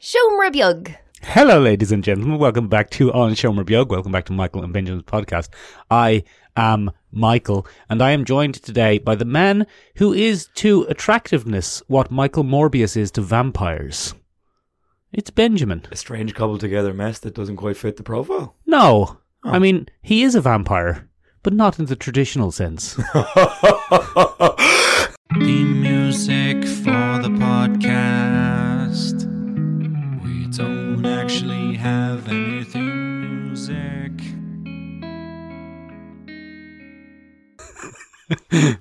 Shomer Bjug. Hello, ladies and gentlemen. Welcome back to On Shomer Biog. Welcome back to Michael and Benjamin's podcast. I am Michael, and I am joined today by the man who is to attractiveness what Michael Morbius is to vampires. It's Benjamin. A strange cobbled together mess that doesn't quite fit the profile. No, I mean, he is a vampire, but not in the traditional sense. The music for the podcast. We don't actually have anything music.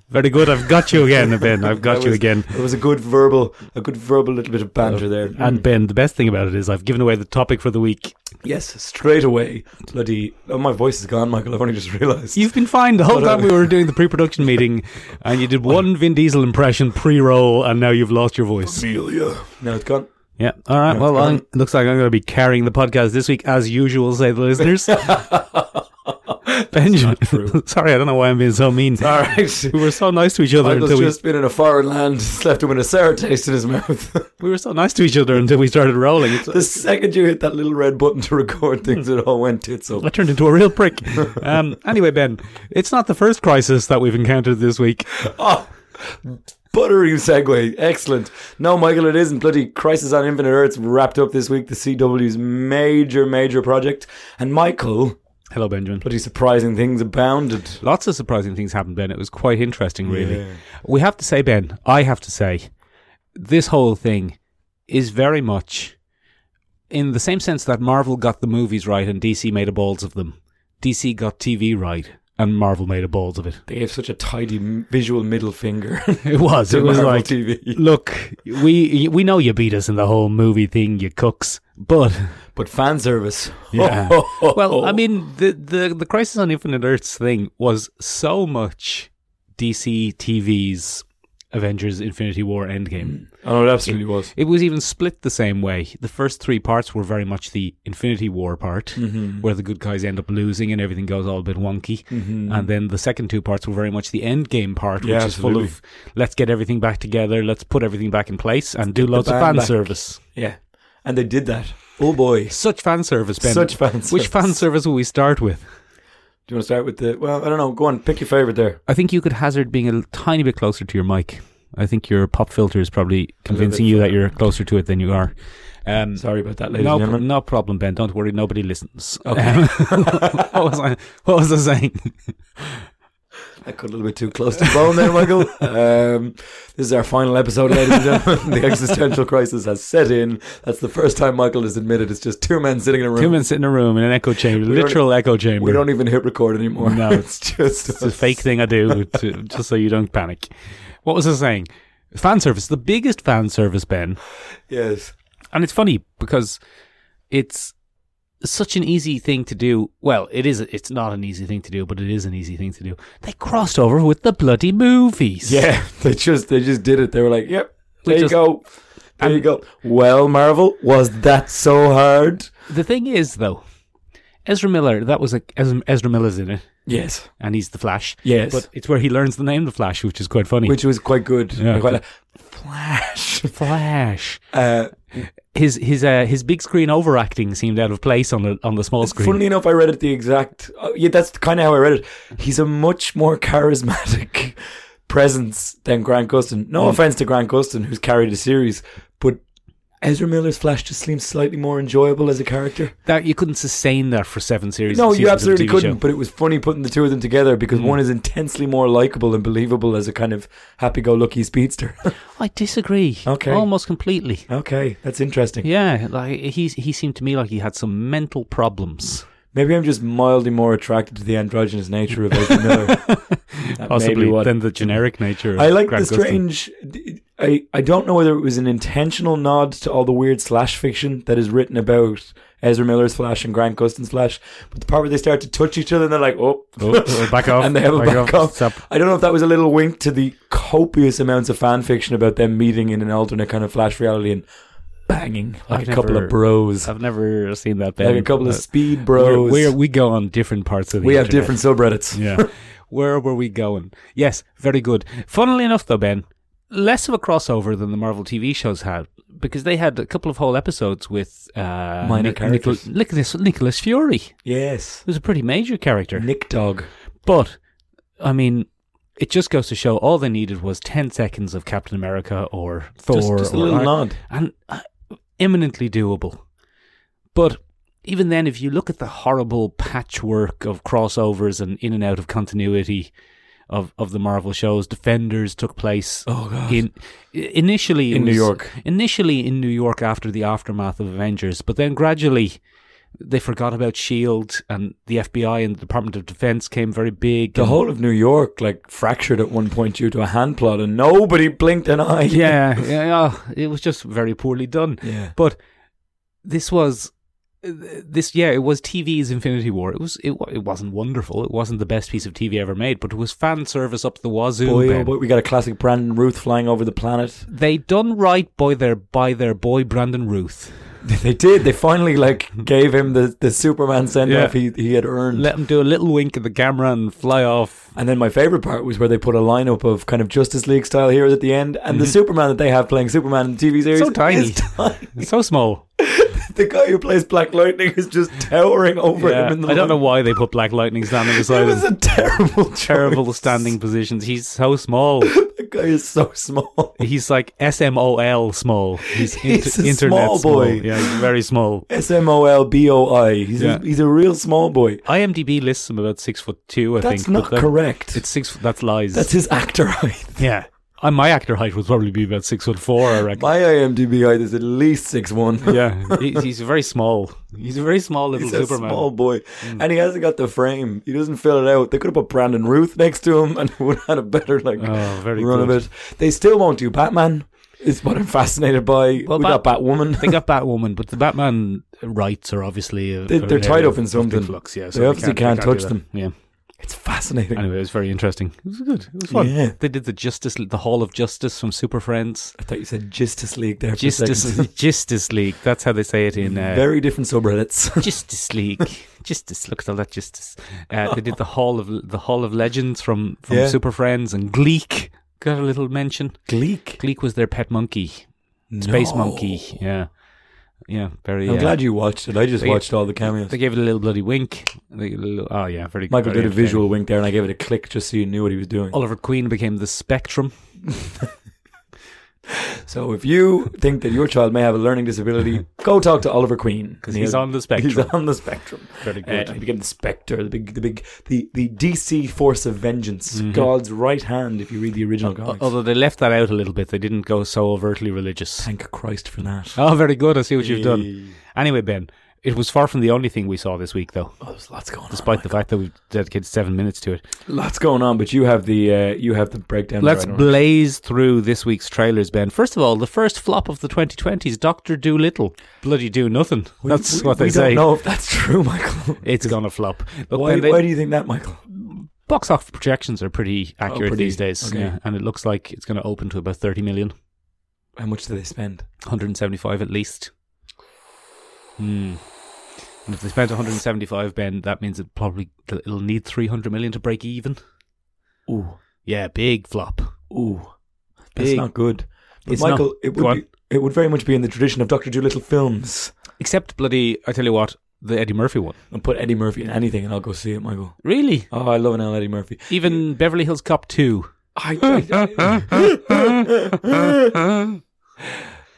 Very good. I've got you again, Ben. I've got That you was- again. Uh, It was a good verbal, a good verbal little bit of banter there. Mm. And Ben, the best thing about it is I've given away the topic for the week. yes, straight away, bloody. Oh, my voice is gone, Michael. I've only just realised. You've been fine the whole But, uh, time we were doing the pre-production meeting, and you did one Vin Diesel impression pre-roll, and now you've lost your voice. Amelia. No, it's gone. Yeah. All right. Well, i looks like I'm going to be carrying the podcast this week, as usual. Say the listeners. Benjamin. true. Sorry, I don't know why I'm being so mean. All right. We were so nice to each other Michael's until just been in a foreign land, just left him with a sour taste in his mouth. we we were so nice to each other until we started rolling. It's, the second you hit that little red button to record things, it all went tits up. I turned into a real prick. Um, anyway, Ben, it's not the first crisis that we've encountered this week. Oh, buttery segue. Excellent. No, Michael, it isn't. Bloody Crisis on Infinite Earths wrapped up this week, the CW's major, major project. And Michael, Hello, Benjamin. bloody surprising things abounded. Lots of surprising things happened, Ben. It was quite interesting, really. We have to say, Ben, I have to say, this whole thing is very much in the same sense that Marvel got the movies right and DC made a balls of them. DC got TV right and Marvel made a balls of it. They gave such a tidy m- visual middle finger. It was. To It was Marvel like, TV. look, we we know you beat us in the whole movie thing, you cooks, but but fan service. Yeah. well, I mean, the, the the Crisis on Infinite Earths thing was so much DC TV's Avengers Infinity War Endgame. Oh, it absolutely was. It was even split the same way. The first three parts were very much the Infinity War part, Mm-hmm. where the good guys end up losing and everything goes all a bit wonky. And then the second two parts were very much the end game part, which Mm-hmm. Yeah, is full of let's get everything back together, let's put everything back in place, and do loads of band fan back. service. Yeah. And they did that. Oh, boy. Such fan service, Ben. Such fan Which fan service. service will we start with? Do you want to start with the. Well, I don't know. Go on. Pick your favourite there. I think you could hazard being a l- tiny bit closer to your mic. I think your pop filter is probably convincing you that you're closer to it than you are. Um, Sorry about that, ladies no, and pr- gentlemen. no problem, Ben. Don't worry. Nobody listens. Um, what, was I, what was I saying? I cut a little bit too close to the bone there, Michael. um, this is our final episode, ladies and gentlemen. the existential crisis has set in. That's the first time Michael has admitted it's just two men sitting in a room. Two men sit in a room in an echo chamber, don't- literal echo chamber. We don't even hit record anymore. No. it's just it's a fake thing I do to, just so you don't panic. What was I saying? Fan service. The biggest fan service, Ben, Yes, And it's funny because it's such an easy thing to do. Well, it is. It's not an easy thing to do, but it is an easy thing to do. They crossed over with the bloody movies. yeah. They just they just did it. They were like, "Yep, We there just- you go, there you go." Well, Marvel, was that so hard? The thing is, though, Ezra Miller. That was like Ezra, Ezra Miller's in it, Yes, and he's the Flash. Yes. but it's where he learns the name the Flash, which is quite funny. which was quite good. Yeah. Quite like, Flash. Flash. Uh, His his uh, his big screen overacting seemed out of place on the on the small screen. Funnily enough, I read it the exact. oh, yeah, that's kind of how I read it. He's a much more charismatic presence than Grant Gustin. Hmm. No offense to Grant Gustin, who's carried the series, but Ezra Miller's Flash just seems slightly more enjoyable as a character. That you couldn't sustain that for seven series. No, seasons of you a absolutely TV couldn't. show. Hmm. But it was funny putting the two of them together because one is intensely more likable and believable as a kind of happy-go-lucky speedster. I disagree. Okay. almost completely. okay, that's interesting. Yeah, like he he seemed to me like he had some mental problems. Maybe I'm just mildly more attracted to the androgynous nature of Ezra Miller. That may be what- than the generic nature. Of I like Grant the strange. I, I don't know whether it was an intentional nod to all the weird slash fiction that is written about Ezra Miller's Flash and Grant Gustin's Flash, but the part where they start to touch each other and they're like, oh, Oh, back off, and they have a back back, off, off. stop. I don't know if that was a little wink to the copious amounts of fan fiction about them meeting in an alternate kind of Flash reality and banging like I've a couple never- of bros, I've never seen that. Ben. like a couple of Uh, speed we're- bros. we're- we go on different parts of the. we have internet. different subreddits. Yeah. Where were we going? Yes, very good. Funnily enough, though, Ben, less of a crossover than the Marvel TV shows had because they had a couple of whole episodes with uh, Minor Nic- Nichol- characters. Nicholas Nicholas Fury, Yes. who's a pretty major character. Nick Dog. But I mean, it just goes to show all they needed was ten seconds of Captain America or Thor, Just, just a or little Iron- nod. and uh, imminently doable. But even then, if you look at the horrible patchwork of crossovers and in and out of continuity of, of the Marvel shows, Defenders took place Oh, God. in i- initially it In New was- York. Initially in New York after the aftermath of Avengers, but then gradually they forgot about Shield E and the FBI and the Department of Defense came very big. The and- whole of New York like fractured at one point due to a hand plot, and nobody blinked an eye. yeah, yeah, oh, it was just very poorly done. yeah. But this was this yeah, it was TV's Infinity War. It was it, wa- it wasn't wonderful. It wasn't the best piece of TV ever made, but it was fan service up the wazoo. Boy, oh Ben. boy, we got a classic Brandon Ruth flying over the planet. They done right by their by their boy Brandon Ruth. they did. They finally like gave him the, the Superman send off he, he had earned. Let him do a little wink at the camera and fly off. and then my favorite part was where they put a lineup of kind of Justice League style heroes at the end, and the Superman that they have playing Superman in the TV series Mm-hmm. So tiny. is tiny. It's so small. the guy who plays Black Lightning is just towering over Yeah, him. In the I don't know lineup. why they put Black Lightning standing It beside was him. a terrible, Terrible choice. standing positions. He's so small. The guy is so small. He's like S M O L small. He's, inter- He's a internet small boy. Yeah, he's very small. S M O L B O I. He's Yeah. a, he's a real small boy. IMDb lists him about six foot two. I That's think but not that- correct. It's six. That's lies. That's his actor height. yeah. I, my actor height would probably be about six foot four. I reckon. My IMDb height is at least six one. yeah, he, he's very small. He's a very small little He's a Superman. Mm. small boy, and he hasn't got the frame. He doesn't fill it out. They could have put Brandon Ruth next to him, and would have had a better like Oh, very run good. of it. They still won't do Batman. Is what I'm fascinated by. Well, we Bat- got Batwoman. They got Batwoman, but the Batman rights are obviously a, They- are they're an tied area up in of something. Flux, yeah, so They obviously can't they touch do them. that. Yeah. it's fascinating. Anyway, it was very interesting. It was good. It was fun. Yeah. They did the Justice, the Hall of Justice from Super Friends. I thought you said Justice League there. For a Justice, second. Justice League. That's how they say it in uh, Very different subreddits. Justice League, Justice. Look at all that Justice. Uh, they did the Hall of the Hall of Legends from from Yeah. Super Friends and Gleek got a little mention. Gleek, Gleek was their pet monkey, space monkey. Yeah, yeah, very. I'm uh, glad you watched it. I just They- watched all the cameos. they gave it a little bloody wink. They- a little- oh yeah, very. Michael very Oh. did a entertaining. visual wink there, and I gave it a click just so you knew what he was doing. Oliver Queen became the Spectrum. So if you think that your child may have a learning disability, go talk to Oliver Queen 'Cause he's on the spectrum. He's on the spectrum. Very Uh, he became the Spectre, the big, the big, the, the DC force of vengeance, Mhm. God's right hand. If you read the original comics, Although they left that out a little bit, they didn't go so overtly religious. thank Christ for that. Oh, very good. I see what you've done. Anyway, Ben, it was far from the only thing we saw this week, though. Oh, there's lots going despite the fact that we've dedicated seven minutes to it. on. Lots going on, but you have the uh, you have the breakdown. Let's there, I don't know. blaze through this week's trailers, Ben. First of all, the first flop of the 2020s, Doctor Doolittle. Bloody do nothing. We- That's we- what they we say. Don't know if that's true, Michael. It's gonna flop. Look, why, Ben, they- why do you think that, Michael? box office projections are pretty accurate Oh, pretty- these days, okay. yeah, and it looks like it's going to open to about 30 million, How much do they spend? 175 at least. Hmm. And if they spent 175, Ben, that means it probably it'll need 300 million to break even. Ooh, Yeah, big flop. ooh, that's Big not good. But It's Michael, not. it Go on. would be, it would very much be in the tradition of Doctor Dolittle films. Except bloody, I tell you what, the Eddie Murphy one. and put Eddie Murphy in anything, and I'll go see it, Michael. Really? Oh, I love an Eddie Murphy. Even Beverly Hills Cop 2. I, that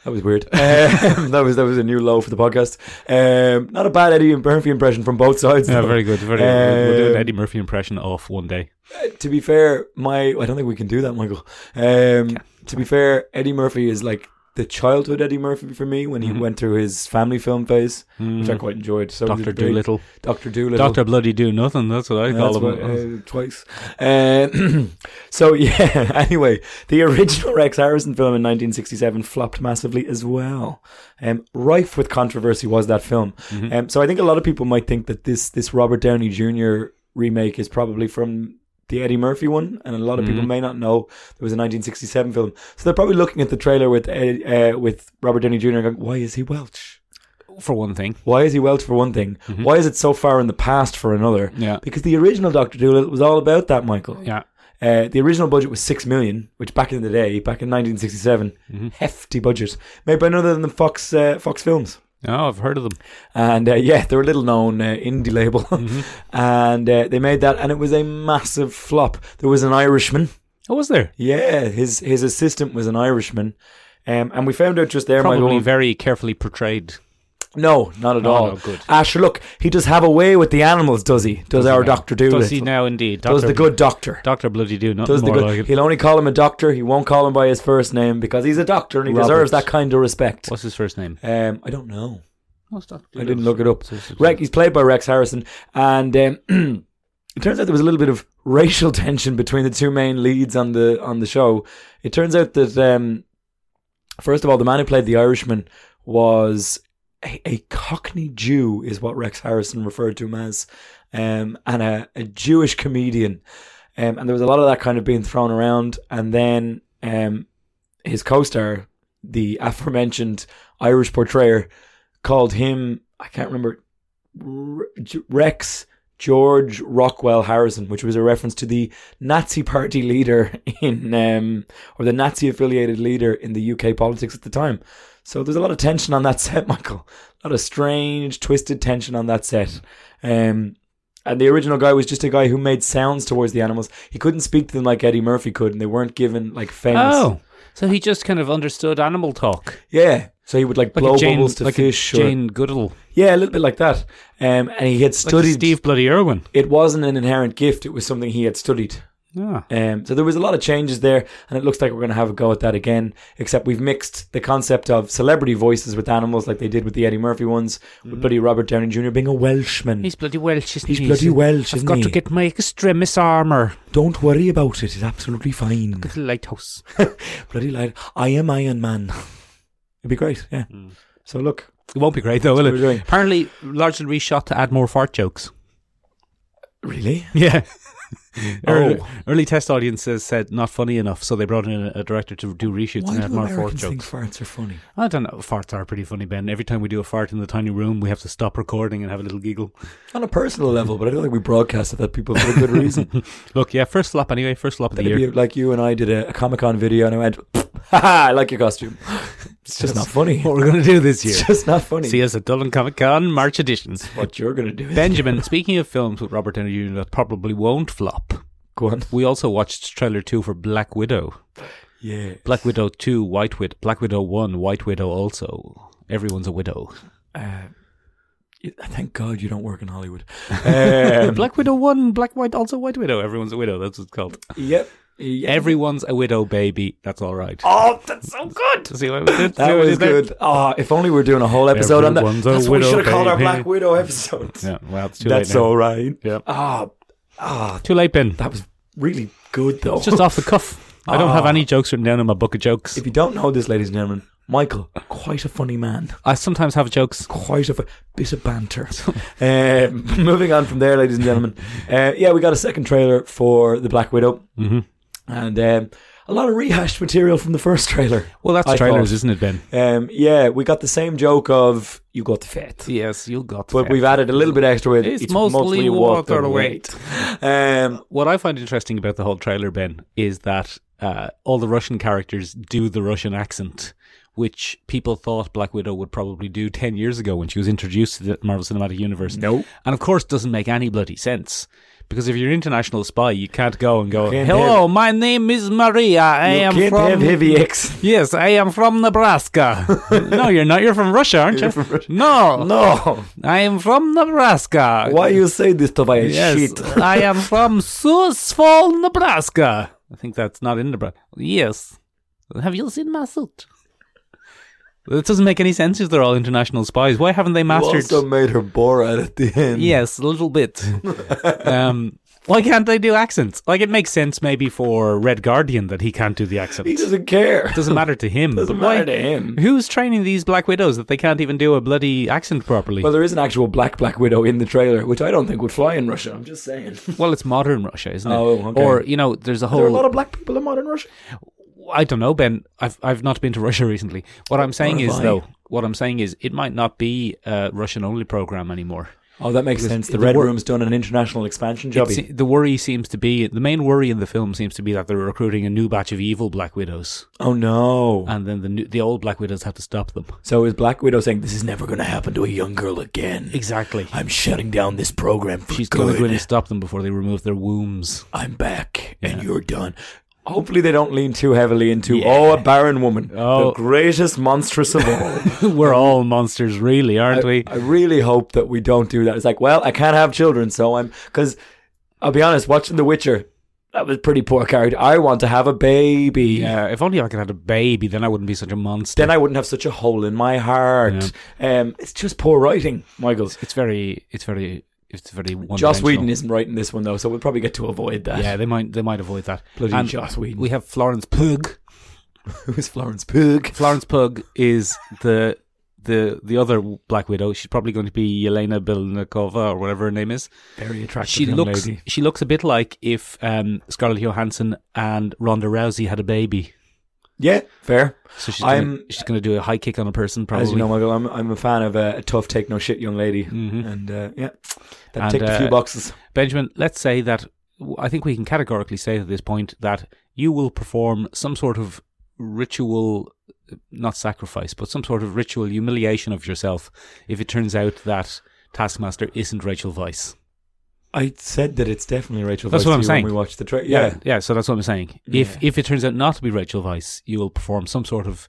was weird. Um, that was that was a new low for the podcast. Um, not a bad Eddie Murphy impression from both sides. Yeah, though. very good. Very Um, We'll do an Eddie Murphy impression off one day. Uh, to be fair, my I don't think we can do that, Michael. Um, to be fair, Eddie Murphy is like the childhood Eddie Murphy for me when he Mm-hmm. went through his family film phase, which Mm. I quite enjoyed. So Dr. Doolittle. Doctor Doolittle, Dr. Bloody Do Nothing. That's what I Yeah, call that's him. what, uh, twice. Uh, so yeah. Anyway, the original Rex Harrison film in 1967 flopped massively as well. Um, rife with controversy was that film. Um, so I think a lot of people might think that this this Robert Downey Jr. remake is probably from the Eddie Murphy one, and a lot of people may not know there was a 1967 film. So they're probably looking at the trailer with Ed, uh, with Robert Downey Jr. and going, "Why is he Welsh?" For one thing. Why is he Welsh for one thing? Why is it so far in the past for another? Mm-hmm. Yeah. Because the original Doctor Doolittle was all about that, Michael. Yeah. Uh, the original budget was six million, which back in the day, back in 1967, Mm-hmm. hefty budget, made by none other than Fox uh, Fox Films. Oh, I've heard of them. And uh, yeah, they're a little known uh, indie label, Mm-hmm. and uh, they made that, and it was a massive flop. There was an Irishman. Oh, was there? Yeah, his his assistant was an Irishman, um, and we found out just there. Michael, Probably very carefully portrayed. no, not at Oh, all. no, good. Asher, look, he does have a way with the animals, does he? Does, our Doctor Do? Does he now indeed? Does the good doctor? Doctor Bloody Do nothing Does the more good? like it. He'll only call him a doctor. He won't call him by his first name because he's a doctor and he Robert. deserves that kind of respect. What's his first name? Um, I don't know. What's Dr. I Do's- didn't look it up. so- so- Rex, he's played by Rex Harrison, and um, it turns out there was a little bit of racial tension between the two main leads on the on the show. It turns out that um, first of all, the man who played the Irishman was a, a Cockney Jew, is what Rex Harrison referred to him as, um, and a, a Jewish comedian. Um, and there was a lot of that kind of being thrown around, and then um, his co-star, the aforementioned Irish portrayer, called him I can't remember R- J- Rex George Rockwell Harrison, which was a reference to the Nazi Party leader in um, or the Nazi affiliated leader in the UK politics at the time. So there's a lot of tension on that set, Michael. A lot of strange, twisted tension on that set. Um, and the original guy was just a guy who made sounds towards the animals. He couldn't speak to them like Eddie Murphy could, and they weren't given like famous. Oh, so he just kind of understood animal talk, Yeah. So he would like, like blow a Jane, bubbles to like fish. a or- Jane Goodall, yeah, a little bit like that. Um, and he like had a studied Steve Bloody Irwin. it wasn't an inherent gift, it was something he had studied. Yeah. Um, so there was a lot of changes there, and it looks like we're going to have a go at that again. Except we've mixed the concept of celebrity voices with animals, like they did with the Eddie Murphy ones, with bloody Robert Downey Jr. being a Welshman. Mm-hmm. He's bloody Welsh, isn't He's he? bloody Welsh, I've isn't got he? to get my extremis armour. Don't worry about it; it's absolutely fine. Little lighthouse. bloody light! I am Iron Man. It'd be great, yeah. Mm. So look, It won't be great though, will That's what we're it? doing. Apparently, largely reshot to add more fart jokes. really, Yeah. Early, Oh. early test audiences said not funny enough, so they brought in a, a director to do reshoots why and do add more fart Americans jokes. think farts are funny? I don't know. Farts are pretty funny, Ben. Every time we do a fart in the tiny room, we have to stop recording and have a little giggle. On a personal level, but I don't think we broadcast it that people for a good reason. Look, yeah, first slop anyway, first slop of the It'd year. be like you and I did a, a Comic Con video, and I went, "Ha ha! I like your costume." It's just not funny. what we're going to do this year. It's just not funny. See us at Dublin Comic Con March edition. what you're gonna do? Benjamin, speaking of films with Robert Downey Jr. that probably won't flop, Go on. we also watched trailer two for Black Widow. Yeah. Black Widow 2, White Widow, Black Widow 1, White Widow also. Everyone's a widow. Uh, y- thank God you don't work in Hollywood. Um, Black Widow 1, Black White, also White Widow. Everyone's a widow, that's what it's called. yep. yep. Everyone's a widow, baby. That's all right. oh, that's so good. See what we did? See That what we was did there? good. Ah, if only we were doing a whole episode on Everyone's a that. That's what we widow, should have called our baby. Black Widow episode. Yeah, well, it's too That's late. now. all right. Yeah. Ah, ah, Too late, Ben. that was really good though. It's just off the cuff. I don't have any jokes written down in my book of jokes. if you don't know this, ladies and gentlemen, Michael, quite a funny man. I sometimes have jokes. quite a f- bit of banter. uh, moving on from there, ladies and gentlemen. Uh, yeah, we got a second trailer for the Black Widow, Mhm. and um, a lot of rehashed material from the first trailer. Well, that's I trailers, thought. isn't it, Ben? Um, yeah, we got the same joke of you got the fat. Yes, you got But we've added a little bit extra with It's mostly water weight. Um, What I find interesting about the whole trailer, Ben, is that uh, all the Russian characters do the Russian accent, which people thought Black Widow would probably do 10 years ago when she was introduced to the Marvel Cinematic Universe. no. And of course, doesn't make any bloody sense. Because if you're an international spy, you can't go and go, can't Hello, my name is Maria. I You am can't from. have heavy X. Yes, I am from Nebraska. no, you're not. You're from Russia, aren't you? No, No. I am from Nebraska. Why you say this to my shit? I am from Sioux Falls, Nebraska. I think that's not in Nebraska. Yes. Have you seen my suit? That doesn't make any sense if they're all international spies. Why haven't they You mastered? also made her Borat at the end. Yes, a little bit. um, why can't they do accents? Like it makes sense maybe for Red Guardian that he can't do the accent. He doesn't care. doesn't matter to him. Doesn't but why- matter to him. Who's training these Black Widows that they can't even do a bloody accent properly? Well, Well, there is an actual black Black Widow in the trailer, which I don't think would fly in Russia. I'm just saying. it's modern Russia, isn't it? Oh, okay. Or you know, there's a whole. There are a lot of black people in modern Russia. I don't know, Ben. I've I've not been to Russia recently. What I'm saying have is I. though, what I'm saying is it might not be a Russian only program anymore. Oh, that makes Because sense. The the Red wor- Room's done an international expansion job. It's- the worry seems to be the main worry in the film seems to be that they're recruiting a new batch of evil Black Widows, Oh no! and then the new, the old Black Widows have to stop them. so is Black Widow saying this is never going to happen to a young girl again? Exactly. I'm shutting down this program for She's going to good. go in and stop them before they remove their wombs. I'm back, and Yeah. you're done. Hopefully, they don't lean too heavily into Yeah. oh, a barren woman, the Oh. greatest monstrous of all. We're all monsters, really, aren't Um, I, we? I really hope that we don't do that. It's like, well, I can't have children, so I'm because I'll be honest. Watching The Witcher, that was pretty poor character. I want to have a baby. Yeah, if only I could have had a baby, then I wouldn't be such a monster. Then I wouldn't have such a hole in my heart. Um, it's just poor writing, Michaels. it's very, it's very, it's very. one Joss Whedon isn't writing this one though, so we'll probably get to avoid that. Yeah, they might, they might avoid that. Bloody And Joss Whedon. We have Florence Pugh. Who's Florence Pugh? Florence Pugh is the the the other Black Widow. She's probably going to be Yelena Belnikova or whatever her name is. Very attractive. She young looks lady. she looks a bit like if um, Scarlett Johansson and Ronda Rousey had a baby. Yeah, fair. So she's I'm- gonna, she's going to do a high kick on a person probably. As you know, Michael, I'm, I'm a fan of uh, a tough, take no shit young lady, Mhm. and uh, yeah, that And, ticked a few uh, boxes. Benjamin, let's say that I think we can categorically say at this point that you will perform some sort of ritual, not sacrifice, but some sort of ritual humiliation of yourself if it turns out that Taskmaster isn't Rachel Weisz. I said that it's definitely Rachel. That's Weisz what I'm when saying. We watched the tra- yeah. yeah. So that's what I'm saying. If Yeah. if it turns out not to be Rachel Weisz, you will perform some sort of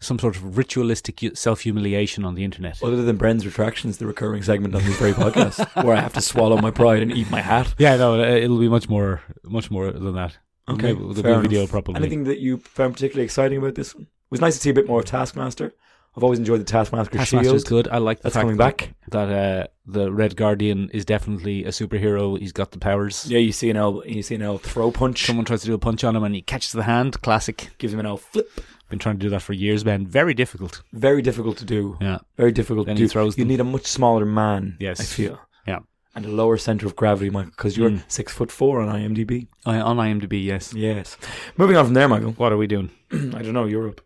some sort of ritualistic self humiliation on the internet. Other than Bren's retractions, the recurring segment on this very podcast, where I have to swallow my pride and eat my hat. yeah, no, uh, it'll be much more, much more than that. Maybe there'll be fair a video enough. probably. Anything that you found particularly exciting about this one? It was nice to see a bit more of Taskmaster. I've always enjoyed the Taskmaster, Taskmaster's shield. good. I like the That's fact coming back. that uh, the Red Guardian is definitely a superhero. He's got the powers. Yeah, you see an old, you see an old throw punch, Someone tries to do a punch on him and he catches the hand. Classic. gives him an old flip. Been trying to do that for years, man. Very difficult. Very difficult to do. Yeah. Very difficult Then to he do. throws you them. need a much smaller man. Yes. I feel. Yeah. And a lower center of gravity, Michael, because you're Mm. six foot four on IMDb. I, on IMDb, yes. Yes. Moving on from there, Michael. What are we doing? I don't know. Europe.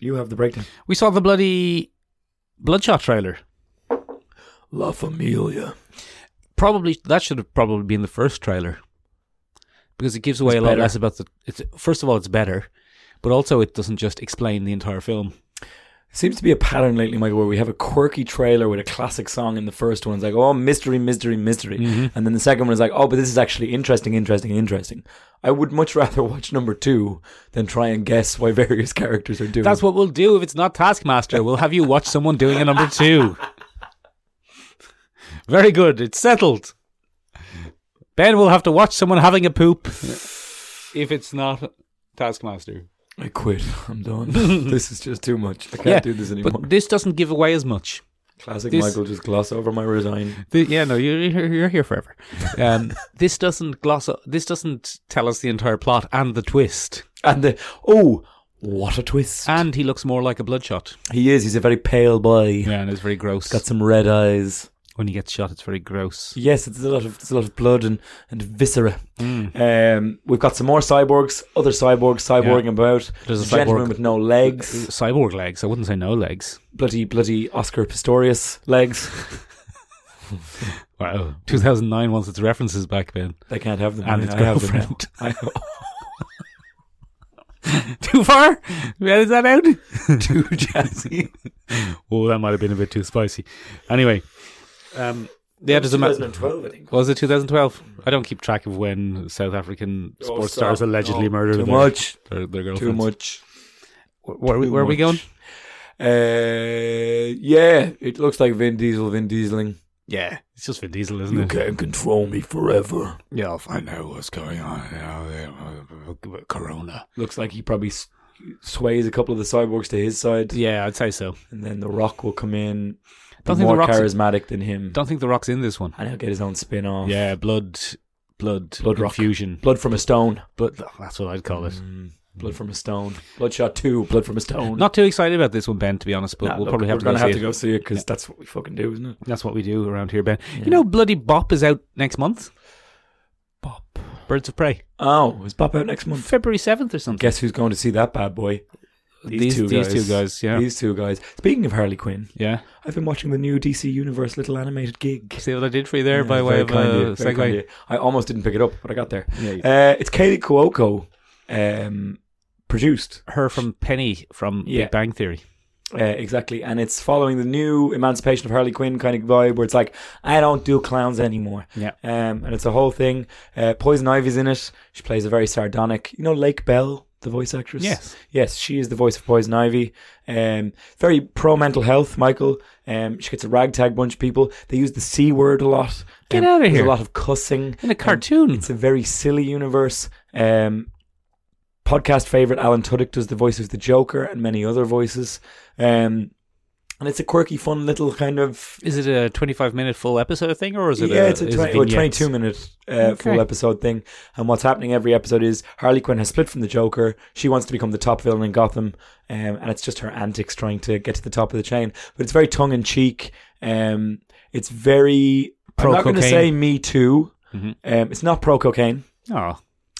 You have the breakdown. We saw the bloody Bloodshot trailer. La Familia. Probably that should have probably been the first trailer because it gives away It's a lot better. less about the. It's, first of all, it's better, but also it doesn't just explain the entire film. Seems to be a pattern lately, Michael, where we have a quirky trailer with a classic song in the first one. It's like, oh, mystery, mystery, mystery. Mm-hmm. And then the second one is like, oh, but this is actually interesting, interesting, interesting. I would much rather watch number two than try and guess why various characters are doing. That's what we'll do if it's not Taskmaster. We'll have you watch someone doing a number two. Very good. It's settled. Ben will have to watch someone having a poop if it's not Taskmaster. I quit. I'm done. this is just too much. I can't do this anymore. But this doesn't give away as much. classic this- Michael just gloss over my resign. The- yeah, no, you're, you're you're here forever. Um, this doesn't gloss. o- This doesn't tell us the entire plot and the twist. And the oh, what a twist! And he looks more like a bloodshot. He is. He's a very pale boy. Yeah, and it's very gross. Got some red eyes. when he gets shot, it's very gross. Yes, it's a lot of it's a lot of blood and and viscera. Mm. Um, we've got some more cyborgs, other cyborgs, cyborging about. There's a gentleman cyborg- with no legs, Cyborg legs. I wouldn't say no legs. bloody bloody Oscar Pistorius legs. Wow. 2009 wants its references back then. They can't have them. And I- its I have them now. girlfriend. I, Too far? We edit that out? too jazzy. oh, that might have been a bit too spicy. Anyway, um, yeah, there's a ma- 2012, I think. was it 2012? I don't keep track of when South African Oh, sports stop. stars allegedly No. murdered Too their, much. Their, their girlfriends. Too much. Where, are we, Too where are we much. going? Uh, yeah, it looks like Vin Diesel, Vin Dieseling. Yeah, it's just Vin Diesel, isn't it? can't control me forever. Yeah, I'll find out what's going on. uh, Corona. Looks like he probably s- sways a couple of the cyborgs to his side, Yeah, I'd say so. and then The Rock will come in. Don't think more The Rock's- charismatic than him, Don't think The Rock's in this one. and he'll get his own spin off. Yeah, blood, Oh. blood, Blood Rock. infusion. Blood from a stone. But that's what I'd call it. Blood from a stone. Bloodshot two. Blood from a stone. Not too excited about this one, Ben. To be honest, but Nah, we'll look, probably have to we're go gonna see have it. to go see it because that's what we fucking do, isn't it? That's what we do around here, Ben. You know, bloody Bop is out next month. Bop. Birds of Prey, Oh, is Bop out next month? February seventh or something. Guess who's going to see that bad boy? These- these two guys, yeah. These two guys. Speaking of Harley Quinn, Yeah. I've been watching the new DC Universe little animated gig. See what I did for you there Yeah, by very way of kind you, uh, very kind segue? you. I almost didn't pick it up, but I got there. Yeah, you- Uh, it's Kaylee Cuoco um, produced, Her from Penny from Yeah. Big Bang Theory. uh, exactly, and it's following the new Emancipation of Harley Quinn kind of vibe where it's like, I don't do clowns anymore. Yeah. Um, and it's a whole thing. Uh, Poison Ivy's in it. She plays a very sardonic, you know, Lake Bell, the voice actress? Yes. Yes, she is the voice of Poison Ivy. Um, very pro mental health, Michael. Um, she gets a ragtag bunch of people. They use the C word a lot. Get Um, outta There's here. a lot of cussing. In a Um, cartoon. it's a very silly universe. Um, podcast favorite Alan Tudyk does the voice of the Joker and many other voices. Um, and it's a quirky, fun little kind of Is it a 25 minute full episode thing or is it yeah, a, it's a is it 20, well, vignettes? 22 minute uh, Okay. full episode thing. And what's happening every episode is Harley Quinn has split from the Joker. She wants to become the top villain in Gotham. Um, and it's just her antics trying to get to the top of the chain. But it's very tongue in cheek. Um, it's very. I'm not going to Pro-cocaine. say Me Too. Mhm. Um, it's not pro cocaine. Oh,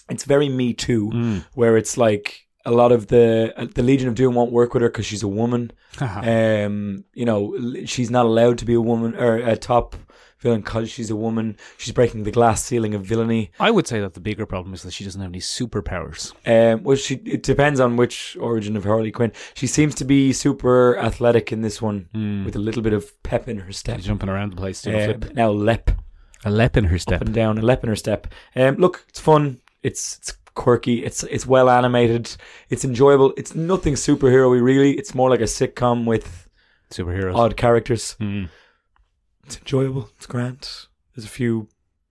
It's very Me Too, mm. where it's like a lot of the uh, the Legion of Doom won't work with her because she's a woman Haha. um, you know, l- she's not allowed to be a woman or a top villain because she's a woman. She's breaking the glass ceiling of villainy. I would say that the bigger problem is that she doesn't have any superpowers. Um, well, she it depends on which origin of Harley Quinn. She seems to be super athletic in this one, with a little bit of pep in her step. She's jumping around the place doing a Um, Mm. flip. now lep A lep in her step. up and down, a lep in her step. Um, look, it's fun. It's it's quirky. It's it's well animated. It's enjoyable. It's nothing superhero-y really. It's more like a sitcom with Superheroes. odd characters. Mm. It's enjoyable. It's grand. There's a few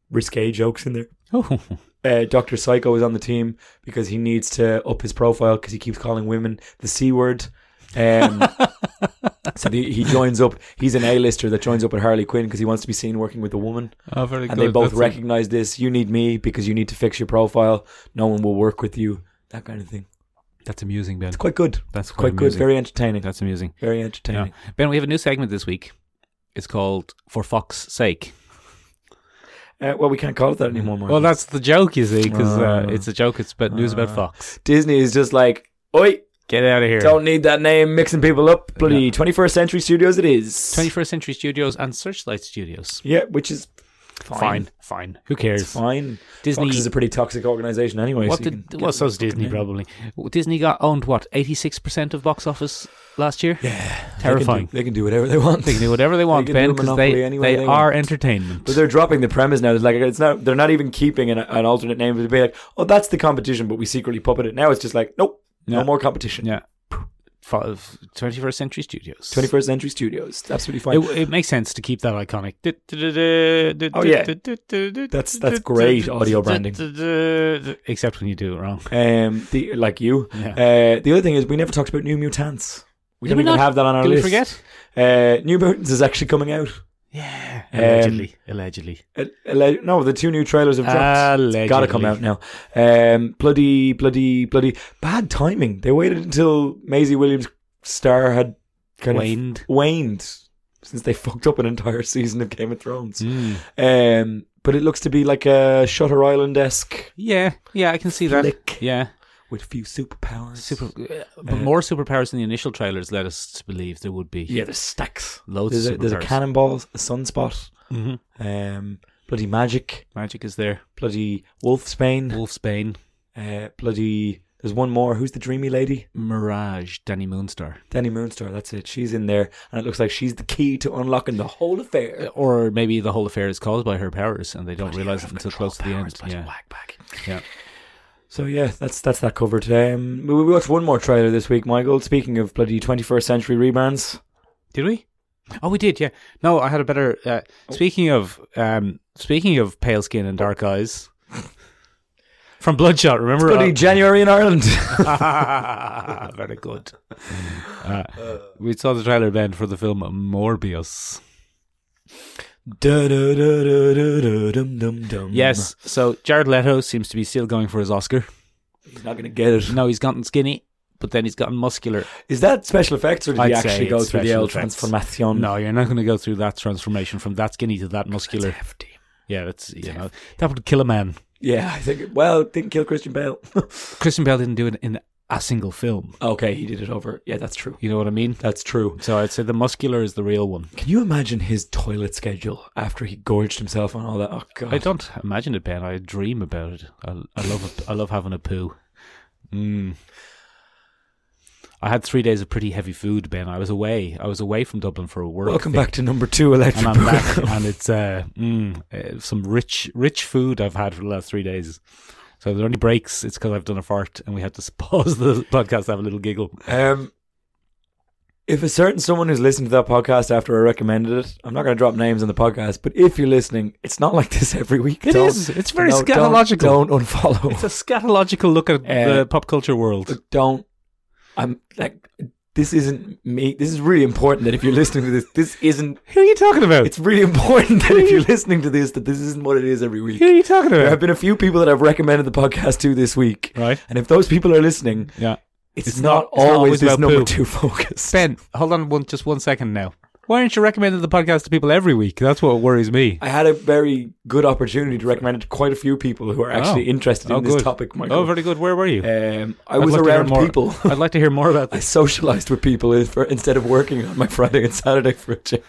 risque jokes in there. Oh, Uh, Doctor Psycho is on the team because he needs to up his profile because he keeps calling women the c word. Um, so the, he joins up. He's an A-lister that joins up with Harley Quinn because he wants to be seen working with a woman. oh very And good. they both That's a- recognize this. You need me because you need to fix your profile. No one will work with you. That kind of thing. That's amusing, Ben. It's quite good. That's Quite good. amusing. Very entertaining. That's amusing. Very Yeah. entertaining. Ben, we have a new segment this week. It's called For Fox's Sake. Uh, well, we can't call it that anymore. Martin. Well, that's the joke, you see, because uh, Ah. it's a joke. It's about news about Ah. Fox. Disney is just like, oi, Get out of here. Don't need that name mixing people up. Bloody Yeah. 21st Century Studios it is. 21st Century Studios and Searchlight Studios. yeah, which is fine. Fine. Fine. Who It's cares? fine. Disney. Fox is a pretty toxic organization anyway. what so you did, can well, get- so's Disney, probably. Disney got owned, what, 86% of box office last year? Yeah. Terrifying. They can do, they can do whatever they want. They can do whatever they want, can Ben, do because Monopoly they, any way they, they are want. entertainment. but they're dropping the premise now. It's like it's not. They're not even keeping an, an alternate name. It'd be like, oh, that's the competition, but we secretly puppet it. Now it's just like, nope, Yeah. no more competition. yeah. Five, 21st Century Studios. 21st Century Studios, it's absolutely fine. It, it makes sense to keep that iconic. Oh yeah. That's- that's great audio branding. Except when you do it wrong. um, the, like you. Yeah. Uh, the other thing is, we never talked about New Mutants. We Did don't we even not? have that on our Did we list. forget? Uh, New Mutants is actually coming out. Yeah. Um, Allegedly. allegedly. Uh, alle- no, the two new trailers have dropped. Ah, Allegedly. Got to come out now. Um, bloody, bloody, bloody bad timing. They waited until Maisie Williams' star had kind Waned. of waned, since they fucked up an entire season of Game of Thrones. Mm. Um, but it looks to be like a Shutter Island esque Yeah. Yeah, I can see that. flick Uh, Yeah. with a few superpowers. Super, uh, but more superpowers than the initial trailers led us to believe there would be. yeah, there's stacks. Loads There's a, of there's a superpowers. cannonball, a sunspot, Mhm. um, bloody magic, Magic is there. bloody wolfsbane, Wolf's Bane, uh, bloody. There's one more. Who's the dreamy lady? Mirage, Danny Moonstar. Danny Moonstar, that's it. She's in there, and it looks like she's the key to unlocking the whole affair. Uh, Or maybe the whole affair is caused by her powers and they don't realize it until close to the end. Bloody Yeah. whack bag. yeah. So yeah, that's that's that covered. Um, we, we watched one more trailer this week, Michael. Speaking of bloody 21st century rebrands, Did we? Oh, we did. Yeah. No, I had a better. Uh, Speaking of, um, speaking of pale skin and dark eyes, from Bloodshot. Remember? bloody uh, January in Ireland. very good. Uh, we saw the trailer Ben for the film Morbius. Du-du-du-du-du-dum-dum-dum. Yes. So Jared Leto seems to be still going for his Oscar. he's not gonna get it. No, he's gotten skinny, but then he's gotten muscular. Is that special effects, or did I'd he say actually go it's through the special L effects. transformation? No, you're not going to go through that transformation from that skinny to that muscular. Hefty. Yeah, that's you know that would kill a man. Yeah, I think. Well, didn't kill Christian Bale. Christian Bale didn't do it in a single film. Okay, he did it over. Yeah, that's true. You know what I mean? That's true. So I'd say the muscular is the real one. Can you imagine his toilet schedule after he gorged himself on all that? Oh god, I don't imagine it, Ben. I dream about it. I, I love it. I love having a poo. Mm. I had three days of pretty heavy food, Ben. I was away. I was away from Dublin for a work. Welcome thing. back to number two, electric. and I'm back, Boogaloo. and it's uh, mm, uh, some rich, rich food I've had for the last three days. So if there are any breaks, it's because I've done a fart, and we had to pause the podcast to have a little giggle. Um, if a certain someone who's listened to that podcast after I recommended it, I'm not going to drop names on the podcast, but if you're listening, it's not like this every week. It Don't- is. It's very no, scatological. Don't, don't It's unfollow. a scatological look at Uh, the pop culture world. But don't. I'm like, this isn't me. This is really important that if you're listening to this, this isn't. Who are you talking about? It's really important that if you're listening to this, that this isn't what it is every week. Who are you talking There have about? been a few people that I've recommended the podcast to this week. Right? And if those people are listening, Yeah. it's, It's not, not- it's not always, always this about number poo. two focus. Ben, hold on one, just one second now. Why aren't you recommending the podcast to people every week? That's what worries me. I had a very good opportunity to recommend it to quite a few people who are actually Oh. interested in Oh, this good. topic, Oh, Michael. very good. Where were you? um, I I'd was love to hear around more. people. I'd like to hear more about I this. socialized with people in- for, instead of working on my Friday and Saturday for a change.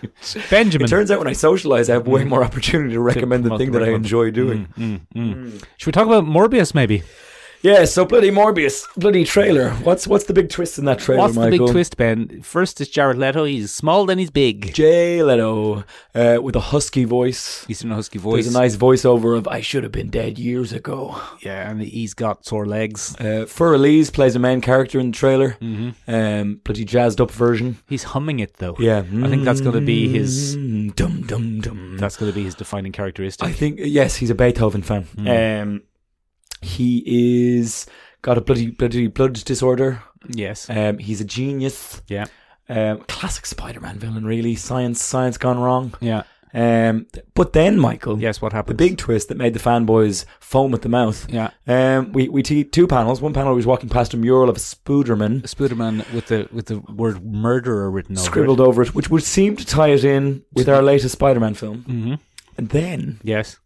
Benjamin. It turns out when I socialize, I have way Mm. more opportunity to recommend the promote thing the that I recommend. enjoy doing. Mm, mm, mm. Should we talk about Morbius maybe? Yeah, so bloody Morbius, bloody trailer. What's what's the big twist in that trailer, What's the Michael? big twist, Ben? First is Jared Leto. He's small, then he's big. Jay Leto uh, with a husky voice. He's in a husky There's voice. a nice voiceover of "I should have been dead years ago." yeah, and he's got sore legs. Uh, Furlese plays a main character in the trailer, Mm-hmm. um, bloody jazzed up version. He's humming it though. Yeah, I think that's going to be his. Mm, dum dum dum. That's going to be his defining characteristic. I think yes, he's a Beethoven fan. Mm. Um, he is got a bloody bloody blood disorder. yes. Um, he's a genius. Yeah. Um, classic Spider-Man villain, really. Science, science gone wrong. Yeah. Um, but then Michael, Yes. What the happened? big twist that made the fanboys foam at the mouth. Yeah. Um, we we see two panels. One panel, he was walking past a mural of Spooderman. Spider-Man with the with the word murderer written over scribbled over it, which would seem to tie it in with our latest Spider-Man film. Mm-hmm. And then Yes.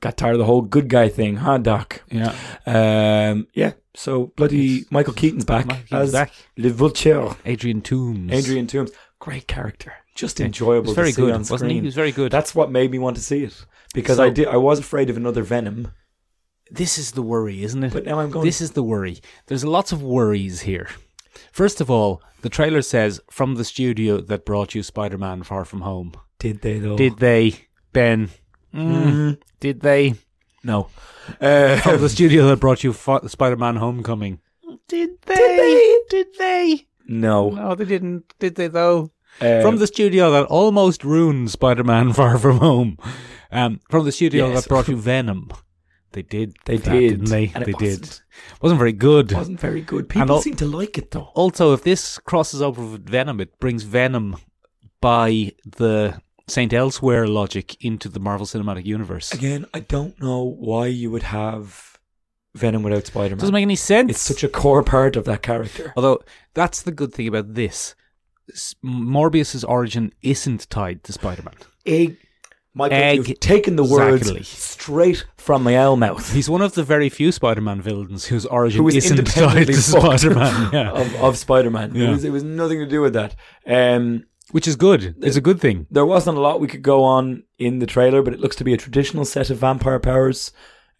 got tired of the whole good guy thing, huh, Doc? Yeah. Um, yeah. So bloody Yes. Michael Keaton's back Mike, he's as back. Le Vulture, Adrian Toomes. Adrian Toomes. Great character, just Yeah. He enjoyable. was very to see good, on wasn't he? screen. He was very good. That's what made me want to see it because So- I did. I was afraid of another Venom, this is the worry, isn't it? but now I'm going. This is the worry. There's lots of worries here. First of all, the trailer says from the studio that brought you Spider-Man Far From Home. did they though? Did they, Ben? Mm, Did they no? Uh, from the studio that brought you Fa- Spider-Man Homecoming? Did they? Did Did they? no. No, they didn't. Did they though? Uh, from the studio that almost ruined Spider-Man: Far From Home, um, from the studio Yes. that brought you Venom. They did. They that, did. didn't they? And it They did. wasn't- Wasn't very good. wasn't very good. People all- seem to like it though. Also, if this crosses over with Venom, it brings Venom by the Saint Elsewhere logic into the Marvel Cinematic Universe. Again, I don't know why you would have Venom without Spider Man. Doesn't make any sense. it's such a core part of that character. Although that's the good thing about this. S- Morbius's origin isn't tied to Spider-Man. Egg. Michael, Egg- you've taken the words Exactly. straight from my owl mouth He's one of the very few Spider-Man villains whose origin Who is isn't tied independently to fucked. Um, Spider-Man. Yeah. of, of Spider Man. It, Yeah. was, it was nothing to do with that. Um, Which is good. It's a good thing. there wasn't a lot we could go on in the trailer, but it looks to be a traditional set of vampire powers.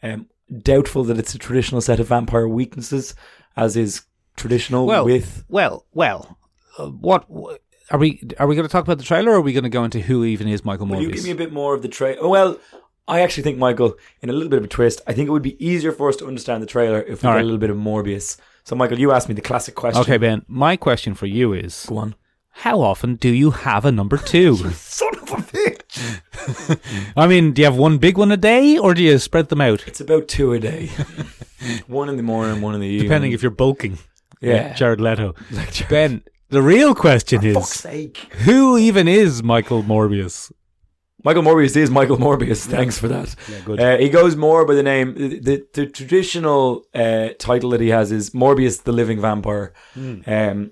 Um, doubtful that it's a traditional set of vampire weaknesses, as is traditional Well, with. well, well. Uh, what wh- are we? Are we going to talk about the trailer? or Are we going to go into who even is Michael Will you Morbius? give me a bit more of the trailer? Well, I actually think, Michael, in a little bit of a twist, I think it would be easier for us to understand the trailer if we All got right. a little bit of Morbius. So, Michael, you asked me the classic question. okay, Ben. My question for you is: Go on. How often do you have a number two? Son of a bitch! I mean, do you have one big one a day, or do you spread them out? It's about two a day. one in the morning, one in the evening. Depending if you're bulking, Yeah. Jared Leto. Like, Jared, Ben, the real question fuck's is: sake. Who even is Michael Morbius? Michael Morbius is Michael Morbius. Thanks for that. Yeah, good. Uh, he goes more by the name. The, the, the traditional uh, title that he has is Morbius, the Living Vampire. Hmm. Um,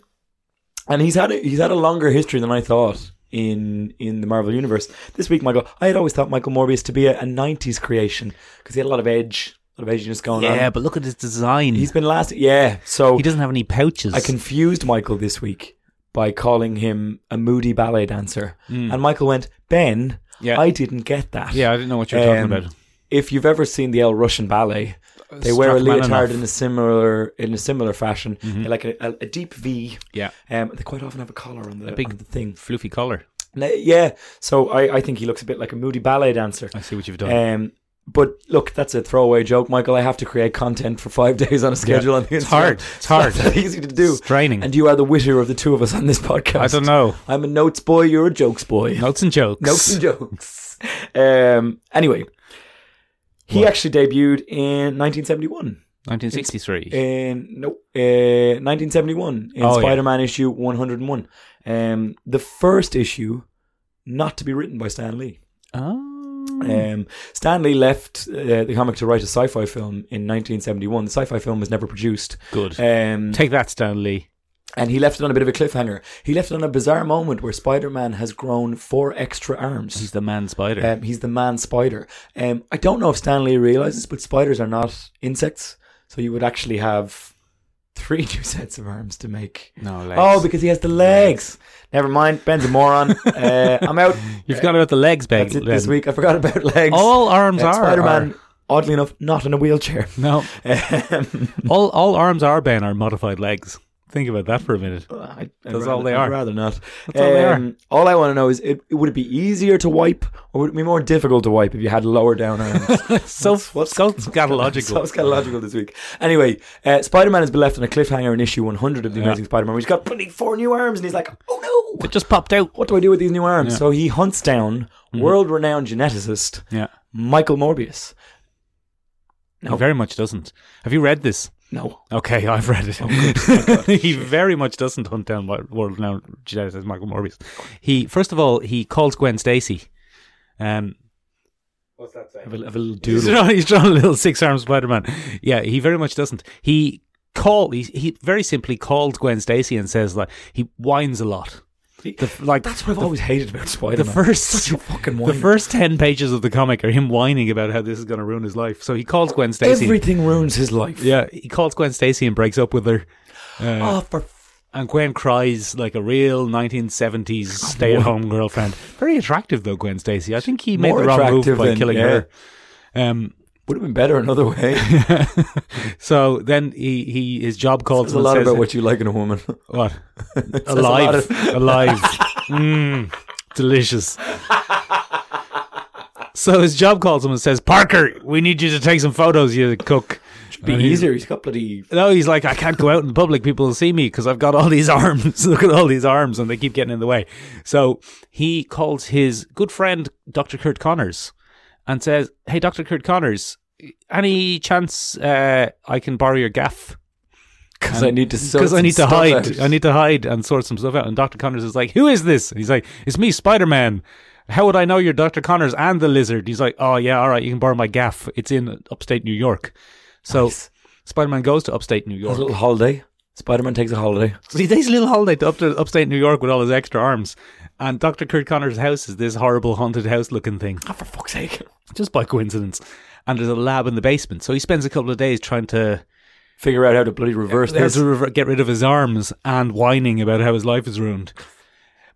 and he's had a, he's had a longer history than I thought in in the Marvel universe. This week, Michael, I had always thought Michael Morbius to be a, a '90s creation because he had a lot of edge. lot of edginess going on. yeah, but look at his design. Um, He's been last. Yeah, so he doesn't have any pouches. I confused Michael this week by calling him a moody ballet dancer, and Michael went, Hmm. "Ben, Yeah. I didn't get that." Yeah, I didn't know what you were talking Um, about. Uh, If you've ever seen the El Russian ballet, they wear a leotard in a similar in a similar fashion, like a, a, a deep V. Mm-hmm. Yeah. Um, they quite often have a collar on the, big- on the thing. floofy collar. And, uh, Yeah, so I, I think he looks a bit like a moody ballet dancer. I see what you've done. Um, but look, that's a throwaway joke, Michael. I have to create content for five days on a schedule. On the It's Instagram. hard. It's hard. not that easy to do. It's draining. And you are the witter of the two of us on this podcast. I don't know. I'm a notes boy. You're a jokes boy. Notes and jokes. Notes and jokes. Um, anyway, he What? actually debuted in 1971. 1963. In no, uh, 1971 in Oh, yeah. Spider-Man issue 101. Um, the first issue not to be written by Stan Lee. oh. Um, Stan Lee left uh, the comic to write a sci-fi film in 1971. The sci-fi film was never produced, Good. um, Take that, Stan Lee. and he left it on a bit of a cliffhanger. He left it on a bizarre moment where Spider-Man has grown four extra He's arms. the man spider. Um, he's the man spider. Um, I don't know if Stan Lee realizes, but spiders are not insects, so you would actually have three new sets of arms to make. no, legs. Oh, because he has the legs. Never mind. Ben's a moron. uh, I'm out. you've forgotten about the legs, Ben. That's it this Ben. week. I forgot about legs. All arms Uh, are Spider-Man, are- oddly enough, not in a wheelchair. no, Um, all all arms are Ben are modified legs. Think about that for a minute. I, I'd That's rather- all they I'd are. rather not. Um, That's all they are. all I want to know is, it, would it be easier to wipe, or would it be more difficult to wipe if you had lower down arms? So what's- so scatological. so it's kind of logical this week. Anyway, uh, Spider-Man has been left on a cliffhanger in issue 100 of the Amazing Spider-Man. He's got bloody four new arms, and he's like, oh no, it just popped out. what do I do with these new arms? So he hunts down world-renowned geneticist Mm-hmm. Yeah, Michael Morbius. Oh. he very much doesn't. Have you read this? No, Okay, I've read Oh, it. he very much doesn't hunt down world now geneticist Michael Morbius. He first of all he calls Gwen Stacy. Um, What's that say? I have a, I have a little He's doodle. drawn, he's drawn a little six armed Spider Man. Yeah, he very much doesn't. He call he, he very simply called Gwen Stacy and says like he whines a lot. The, like That's what I've always hated about the Spider-Man. first Such a fucking the whiner. first ten pages of the comic are him whining about how this is going to ruin his life. So he calls Gwen Stacy. Everything ruins his life. yeah, he calls Gwen Stacy and breaks up with her. Oh, for f- And Gwen cries like a real 1970s stay at home girlfriend. Very attractive, though, Gwen Stacy. I think he made More the wrong move attractive by than- killing yeah. her. Um, would have been better another way. so then he, he his job calls There's him a and lot says, about what you like in a woman. What? a lot alive. alive. Mm, delicious. so his job calls him and says, Parker, we need you to take some photos, you cook. It'd be easier. He's got bloody. No, he's like, I can't go out in public. People will see me because I've got all these arms. Look at all these arms, and they keep getting in the way. So he calls his good friend, Dr. Kurt Connors, and says, Hey, Dr. Kurt Connors, any chance uh, I can borrow your gaff? Because I need to. sort because I some need to stuff hide. out. I need to hide and sort some stuff out. And Doctor Connors is like, "Who is this?" And he's like, "It's me, Spider Man." How would I know you're Doctor Connors and the Lizard? He's like, "Oh yeah, all right, you can borrow my gaff. It's in upstate New York." So Spider Man goes to upstate New a York. little holiday. Spider-Man takes a holiday. So he takes a little holiday to, up to upstate New York with all his extra arms. And Doctor Kurt Connors' house is this horrible haunted house looking thing, Oh, for fuck's sake! just by coincidence. And there's a lab in the basement, so he spends a couple of days trying to Figure out how to bloody reverse has this. to rever- get rid of his arms and whining about how his life is ruined.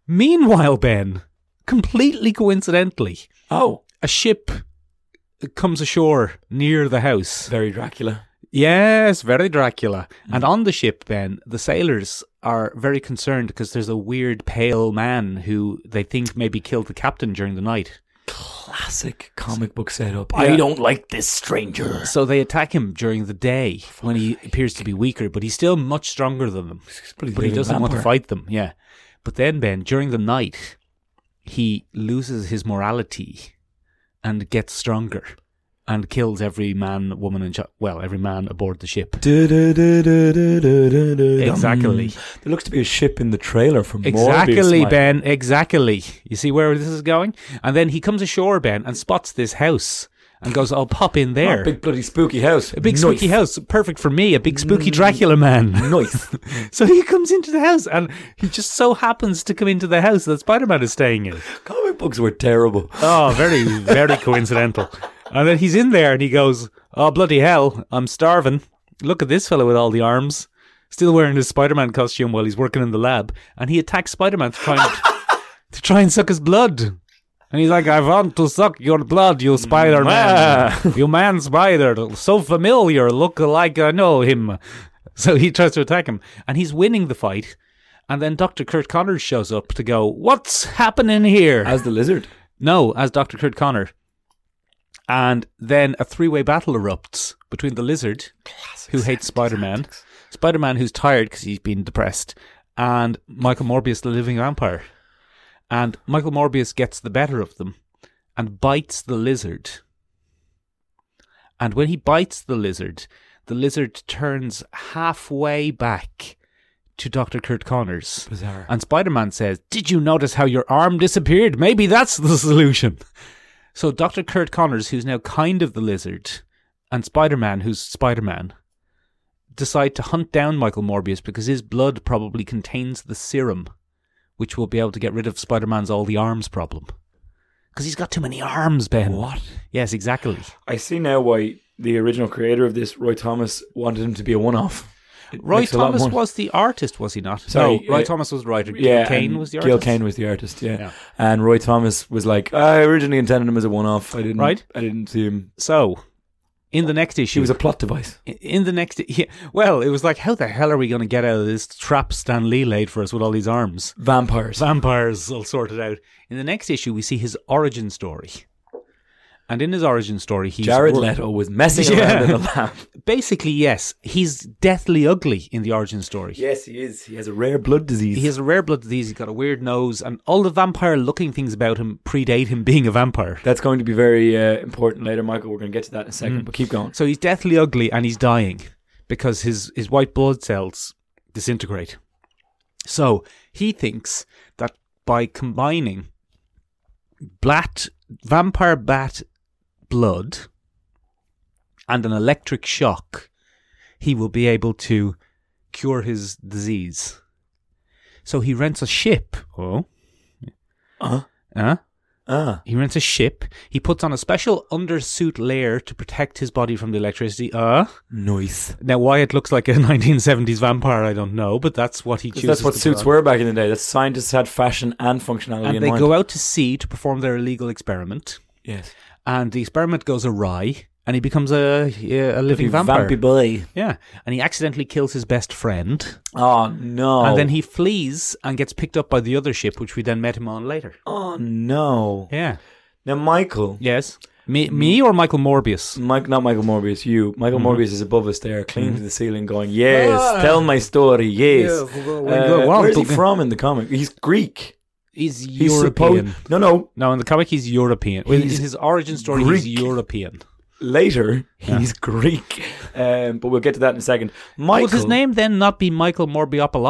Meanwhile, Ben, completely coincidentally, oh, a ship comes ashore near the house. Hmm. very Dracula. Yes, very Dracula. And on the ship, Ben, the sailors are very concerned because there's a weird pale man who they think maybe killed the captain during the night. Classic comic book setup. I don't like this stranger. So they attack him during the day when he appears to be weaker, but he's still much stronger than them. bloody but he David doesn't want to Vampire. fight them. Yeah. But then Ben, during the night, he loses his morality and gets stronger and kills every man, woman, and child. Well, every man aboard the ship. Du-du-du-du-du-du-du-dum. Exactly. There looks to be a ship in the trailer for Morbius. Exactly, Mike. Ben. Exactly. You see where this is going? And then he comes ashore, Ben, and spots this house and goes, "I'll pop in Oh, there." big bloody spooky house. a big spooky house, perfect for me. A big Mm, spooky Dracula man. Nice. So he comes into the house, and he just so happens to come into the house that Spider Man is staying in. Comic books were terrible. Oh, very, very coincidental. And then he's in there and he goes, Oh, bloody hell, I'm starving. Look at this fellow with all the arms, still wearing his Spider Man costume while he's working in the lab. And he attacks Spider Man to, try and- to try and suck his blood. And he's like, I want to suck your blood, you Spider Man. you man spider. So familiar. Look like I know him. So he tries to attack him. And he's winning the fight. And then Dr. Kurt Connors shows up to go, What's happening here? As the lizard. No, as Dr. Kurt Connor. And then a three way battle erupts between the lizard, who hates Spider Man, Spider Man, who's tired because he's been depressed, and Michael Morbius, the living vampire. And Michael Morbius gets the better of them and bites the lizard. And when he bites the lizard, the lizard turns halfway back to Dr. Kurt Connors. Bizarre. And Spider Man says, Did you notice how your arm disappeared? Maybe that's the solution. So Dr. Kurt Connors, who's now kind of the lizard, and Spider Man, who's Spider Man, decide to hunt down Michael Morbius because his blood probably contains the serum, which will be able to get rid of Spider Man's all the arms problem. Because he's got too many arms, Ben. What? Yes, exactly. I see now why the original creator of this, Roy Thomas, wanted him to be a one off. Roy Thomas was the artist, was he not? Sorry, no, Roy uh, Thomas was the writer. Yeah, Kane and was the Gil artist. Kane was the artist, yeah. Yeah. And Roy Thomas was like, I originally intended him as a one-off. I didn't, Right. I didn't see him. So, in the next issue, He was a plot device. in the next yeah, well it was like how the hell are we going to get out of this trap stan lee laid for us with all these arms Vampires. vampires all sorted out in the next issue we see his origin story and in his origin story he's Jared wor- Leto was messing Yeah. around in the lab. basically yes he's deathly ugly in the origin story Yes, he is. He has a rare blood disease. he has a rare blood disease he's got a weird nose and all the vampire looking things about him predate him being a vampire That's going to be very uh, important later, Michael. We're going to get to that in a second, but keep going. So he's deathly ugly and he's dying because his, his white blood cells disintegrate. So he thinks that by combining bat, vampire bat blood and an electric shock, he will be able to cure his disease. So he rents a ship. Oh. Uh-huh. Huh? Ah, He rents a ship. He puts on a special undersuit layer to protect his body from the electricity. Uh nice. now why it looks like a 1970s vampire, I don't know, but that's what he chooses. That's what to suits put on. were back in the day. That's scientists had fashion and functionality in And they mind. go out to sea to perform their illegal experiment, yes, and the experiment goes awry, and he becomes a a living vampire. vampy boy. yeah, and he accidentally kills his best friend, Oh no! and then he flees and gets picked up by the other ship, which we then met him on later. Oh no! Yeah. Now, Michael, Yes. Me, me Mm. or Michael Morbius? Mike, not Michael Morbius. You, Michael Mm-hmm. Morbius is above us there, clinging to the ceiling, going, "Yes, Ah. tell my story. Yes." Yes, well, Uh, well, where's he well, from in the comic? He's Greek. He's, He's European. supposed. No, no. No, in the comic, he's European. Well, He's in his origin story, Greek. he's European. Later, he's Greek. Um, but we'll get to that in a second. Michael. Would his name then not be Michael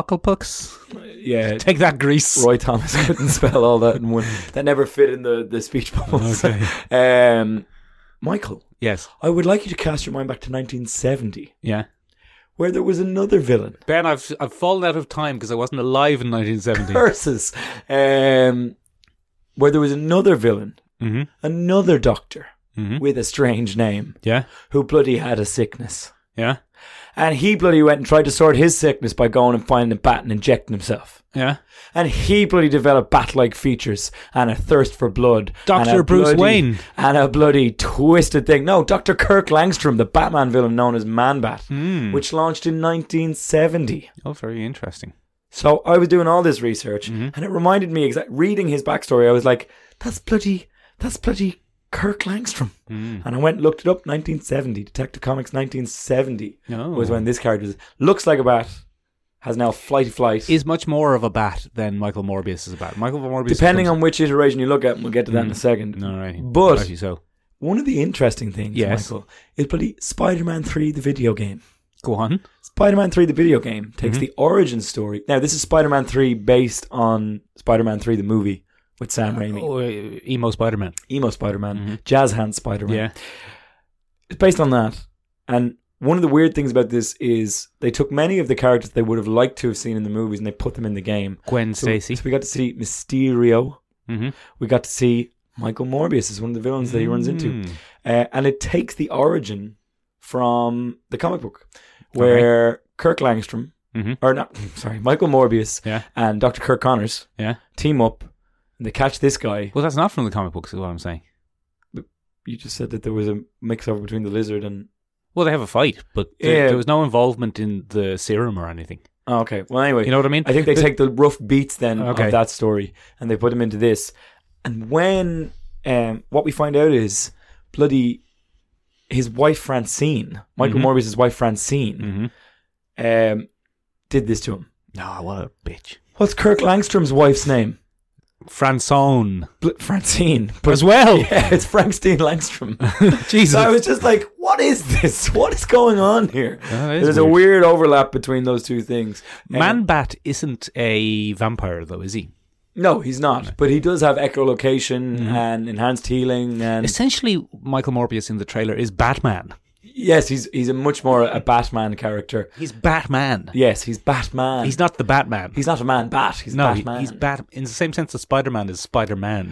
Morbiopolocopux? Yeah. Take that, Greece. Roy Thomas couldn't spell all that in one. That never fit in the, the speech bubbles. Um, Michael, Yes. I would like you to cast your mind back to 1970, Yeah. where there was another villain, Ben, I've I've fallen out of time because I wasn't alive in 1970. Curses, um, where there was another villain, mm-hmm. another doctor Mhm. with a strange name Yeah. who bloody had a sickness. Yeah. And he bloody went and tried to sort his sickness by going and finding a bat and injecting himself. Yeah. And he bloody developed bat-like features and a thirst for blood. Dr. and a Bruce bloody- Wayne. And a bloody twisted thing. No, Dr. Kirk Langstrom, the Batman villain known as Man-Bat, which launched in 1970. Hmm. Oh, very interesting. So I was doing all this research Mm-hmm. and it reminded me, exa- reading his backstory, I was like, that's bloody, that's bloody Kirk Langstrom. Mm. And I went and looked it up, 1970. Detective Comics 1970 No. was when this character was, looks like a bat, has now flighty flight. Is much more of a bat than Michael Morbius is a bat. Michael Morbius. Depending on which iteration you look at, and we'll get to that Mm. in a second. No, right. But- Actually, so One of the interesting things, Yes. Michael, is bloody Spider-Man 3, the video game. go on. Spider-Man 3, the video game, takes Mm-hmm. the origin story. Now, this is Spider-Man 3 based on Spider-Man 3, the movie with Sam Raimi. Oh, uh, emo Spider-Man. emo Spider-Man, jazz hand Spider-Man. Mm-hmm. Yeah. It's based on that. And one of the weird things about this is they took many of the characters they would have liked to have seen in the movies and they put them in the game. Gwen So, Stacy. so we got to see Mysterio. Mhm. We got to see Michael Morbius is one of the villains that he runs into. Mm. Uh, and it takes the origin from the comic book, where Kirk Langstrom, Mhm. or not, sorry, Michael Morbius Yeah. and Dr. Kirk Connors Yeah. team up and they catch this guy. Well, that's not from the comic books, is what I'm saying. You just said that there was a mix up between the lizard and. Well, they have a fight, but there, Yeah. there was no involvement in the serum or anything. Oh, okay. Well, anyway, You know what I mean? I think they take the rough beats then Okay. of that story and they put them into this. And when um, what we find out is bloody his wife Francine, Michael Mhm. Morbius's wife Francine, Mhm. um, did this to him. Oh, what a bitch. What's Kirk Langstrom's wife's name? Franson Bl- Francine. as well. Yeah, it's Frankenstein Langstrom. Jesus. so I was just like, what is this? What is going on here? Oh, that is There's a weird overlap between those two things. Um, Man Bat isn't a vampire, though, is he? No, he's not. But he does have echolocation Mm-hmm. and enhanced healing and Essentially, Michael Morbius in the trailer is Batman. Yes, he's he's a much more a Batman character. He's Batman. Yes, he's Batman. He's not the Batman. he's not a man bat. He's no, he- Batman. he's Bat. In the same sense that Spider Man is Spider Man,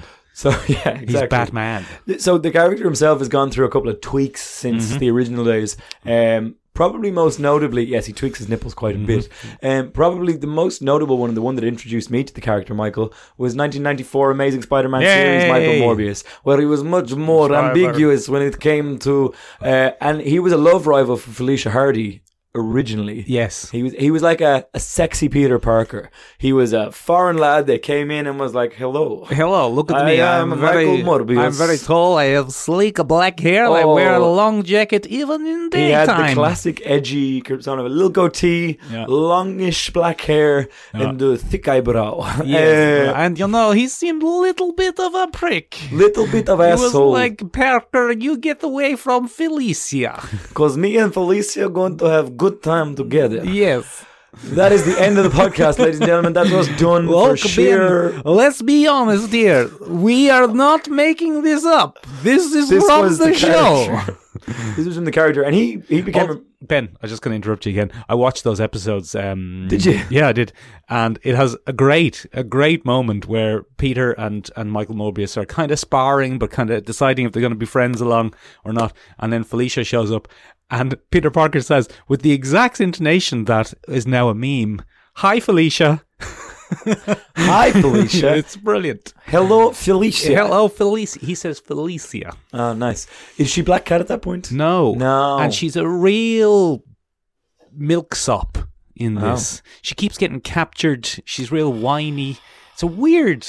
So yeah, exactly. he's Batman. So the character himself has gone through a couple of tweaks since Mm-hmm. the original days. Um, probably most notably, yes, he tweaks his nipples quite a Mm-hmm. bit. Um, probably the most notable one, and the one that introduced me to the character Michael, was 1994 Amazing Spider-Man series Yay! Michael Morbius, where he was much more Spider- ambiguous when it came to, uh, and he was a love rival for Felicia Hardy originally. Yes. He was he was like a, a sexy Peter Parker. He was a foreign lad that came in and was like, "Hello." Hello, look at I me. am I'm very, Michael Morbius. I'm very tall. I have sleek black hair. I Oh. wear a long jacket even in He had the daytime. classic edgy persona of a little goatee, Yeah. longish black hair, and the thick eyebrow. Yes. Uh, and you know, he seemed a little bit of a prick. little bit of He was asshole. like, Parker, you get away from Felicia. Cause me and Felicia are going to have good time together. yes. That is the end of the podcast, ladies and gentlemen. That was done for Look, sheer. Ben, let's be honest here. We are not making this up. This is This from was the, the show. character. This was from the character, and he he became. Oh, ben, I'm just going to interrupt you again. I watched those episodes. Um, Did you? Yeah, I did. And it has a great, a great moment where Peter and, and Michael Mobius are kind of sparring, but kind of deciding if they're going to be friends along or not. And then Felicia shows up, and Peter Parker says, with the exact intonation that is now a meme, "Hi, Felicia." A, Hi, Felicia. it's brilliant. Hello, Felicia. Hello, Felicia. He says Felicia. Oh, nice. Is she black cat at that point? No. No. And she's a real milksop in Oh. this. She keeps getting captured. She's real whiny. It's a weird,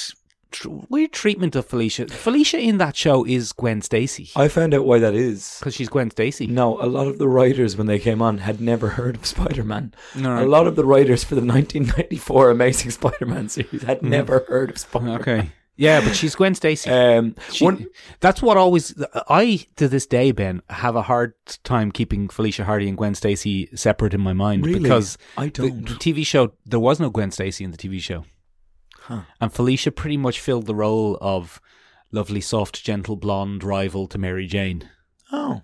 tr- weird treatment of Felicia. Felicia in that show is Gwen Stacy I found out why that is. because she's Gwen Stacy. No, a lot of the writers when they came on had never heard of Spider Man. No. A lot of the writers for the 1994 Amazing Spider Man series had never heard of Spider Man. Okay. Yeah, but she's Gwen Stacy. Um, She- one, that's what always I to this day, Ben, have a hard time keeping Felicia Hardy and Gwen Stacy separate in my mind Really? because I the, don't. the TV show there was no Gwen Stacy in the TV show, and Felicia pretty much filled the role of lovely, soft, gentle, blonde rival to Mary Jane oh,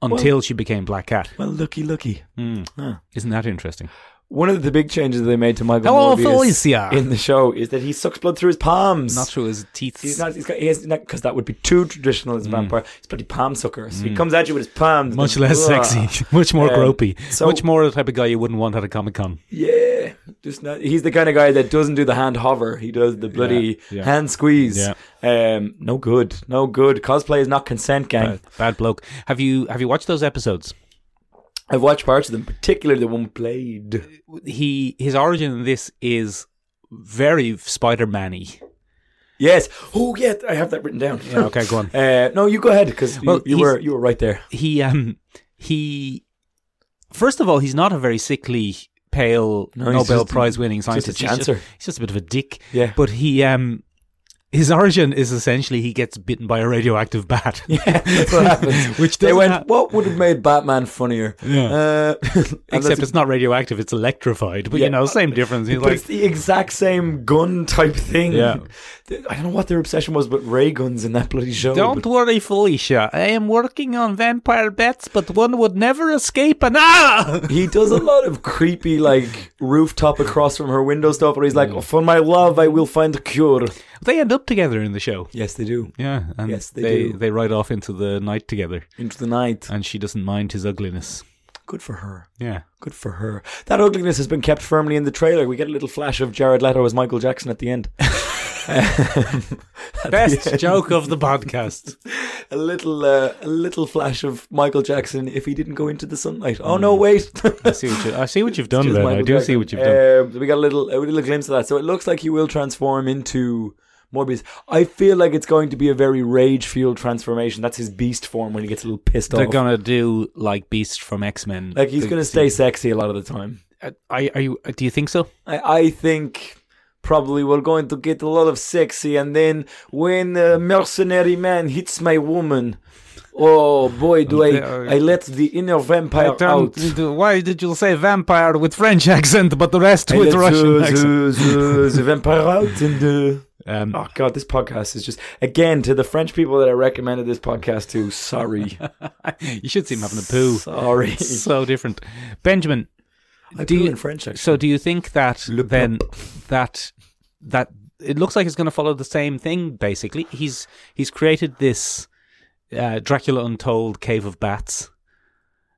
until she became Black Cat. well, looky, looky. Mm. Ah. Isn't that interesting? One of the big changes they made to Michael Hello, Morbius Felicia. in the show is that he sucks blood through his palms. Not through his teeth. He's not. He's got. He's not because that would be too traditional as a vampire. He's bloody palm sucker. So he comes at you with his palms. Mm. much and- less Ugh. sexy, much more Um, gropey, so- much more the type of guy you wouldn't want at a comic con. Yeah, just not. He's the kind of guy that doesn't do the hand hover. He does the bloody yeah. hand squeeze. Yeah. Um, no good, no good. Cosplay is not consent, gang. Bad, bad bloke. Have you have you watched those episodes? I've watched parts of them, particularly the one we played. he his origin in this is very Spider Man Yes. Oh, yeah. I have that written down. y. Okay, go on. Uh, no, you go ahead because Well, you, he's- were you were right there. He um he first of all, he's not a very sickly, pale No, he's Nobel just- Prize winning scientist. just a He's chancer. he's just a bit of a dick. Yeah. But he um his origin is essentially he gets bitten by a radioactive bat. Yeah, that's what happens. Which they doesn't went. ha- what would have made Batman funnier? Yeah. Uh, and Except that's- it's not radioactive, it's electrified. But Yeah. you know, same difference. He's but like it's the exact same gun type thing. Yeah. I don't know what their obsession was with ray guns in that bloody show. Don't but worry, Felicia. I am working on vampire bats, but one would never escape an ah! he does a lot of creepy, like rooftop across from her window stuff, where he's like, "For my love, I will find a cure." They end up together in the show. Yes, they do. Yeah, and Yes, they they, do. they ride off into the night together, Into the night. and she doesn't mind his ugliness. Good for her. Yeah. Good for her. That ugliness has been kept firmly in the trailer. We get a little flash of Jared Leto as Michael Jackson at the end. Best joke of the podcast. a little, uh, a little flash of Michael Jackson if he didn't go into the sunlight. Oh no, wait. I see what, you, I see what you've done Excuse there. I Michael do Jackson. see what you've done. Um, we got a little, a little glimpse of that. So it looks like he will transform into Morbius. I feel like it's going to be a very rage-fueled transformation. That's his beast form when he gets a little pissed They're off. gonna do like Beast from X Men. like he's going to stay sexy a lot of the time. I are you? uh, Do you think so? I, I think probably we're going to get a lot of sexy, and then when a mercenary man hits my woman, oh boy, do I, They are- I let the inner vampire out. Why did you say vampire with French accent, but the rest I let the, the, the, the vampire out and the. Um, Oh god, this podcast is just again to the French people that I recommended this podcast to. Sorry, you should see him having a poo. sorry. It's so different, Benjamin. I Do do you- in French. Actually. So do you think that Le then that that it looks like it's going to follow the same thing? Basically, he's he's created this uh, Dracula Untold cave of bats.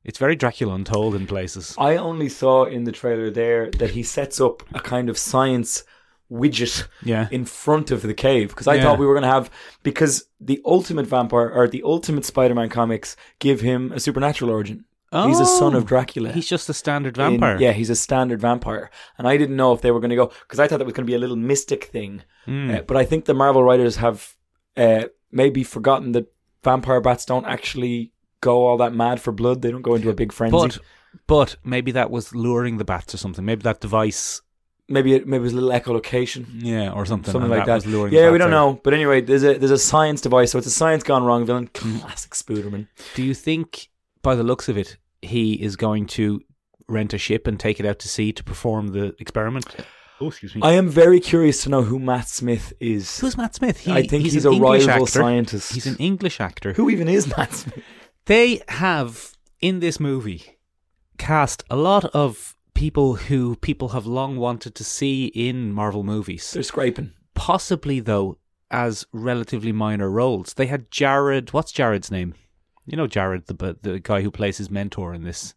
It's very Dracula Untold in places. I only saw in the trailer there that he sets up a kind of science widget Yeah. in front of the cave because I Yeah. thought we were going to have because the ultimate vampire or the ultimate Spider-Man comics give him a supernatural origin. He's a son of Oh. Dracula. He's just a standard In- vampire. yeah, he's a standard vampire, and I didn't know if they were going to go because I thought that was going to be a little mystic thing. Mm. Uh, but I think the Marvel writers have uh, maybe forgotten that vampire bats don't actually go all that mad for blood. They don't go into a big frenzy. But but maybe that was luring the bats or something. Maybe that device, maybe it, maybe it was a little echolocation. yeah, or something. Something and like that. was luring Yeah, the we bats don't out. know. But anyway, there's a there's a science device, so it's a science gone wrong villain. Hmm. Classic Spooderman. Do you think, by the looks of it, he is going to rent a ship and take it out to sea to perform the experiment? Oh, excuse me. I am very curious to know who Matt Smith is. Who's Matt Smith? He, I think he's, he's, a an English rival actor. scientist. He's an English actor. who even is Matt Smith? They have in this movie cast a lot of people who people have long wanted to see in Marvel movies. They're scraping. possibly though as relatively minor roles. They had Jared. What's Jared's name? You know Jared, the bu- the guy who plays his mentor in this.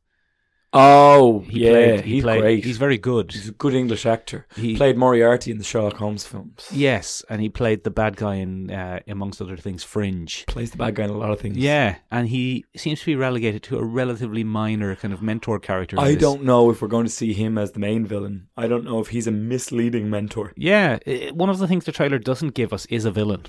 Oh, He yeah, played, he he's played, great. He's very good. He's a good English actor. He- He played Moriarty in the Sherlock Holmes films. Yes, and he played the bad guy in, uh, amongst other things, Fringe. Plays the bad guy in a lot of things. Yeah, and he seems to be relegated to a relatively minor kind of mentor character. in I this. don't know if we're going to see him as the main villain. I don't know if he's a misleading mentor. Yeah, i- one of the things the trailer doesn't give us is a villain.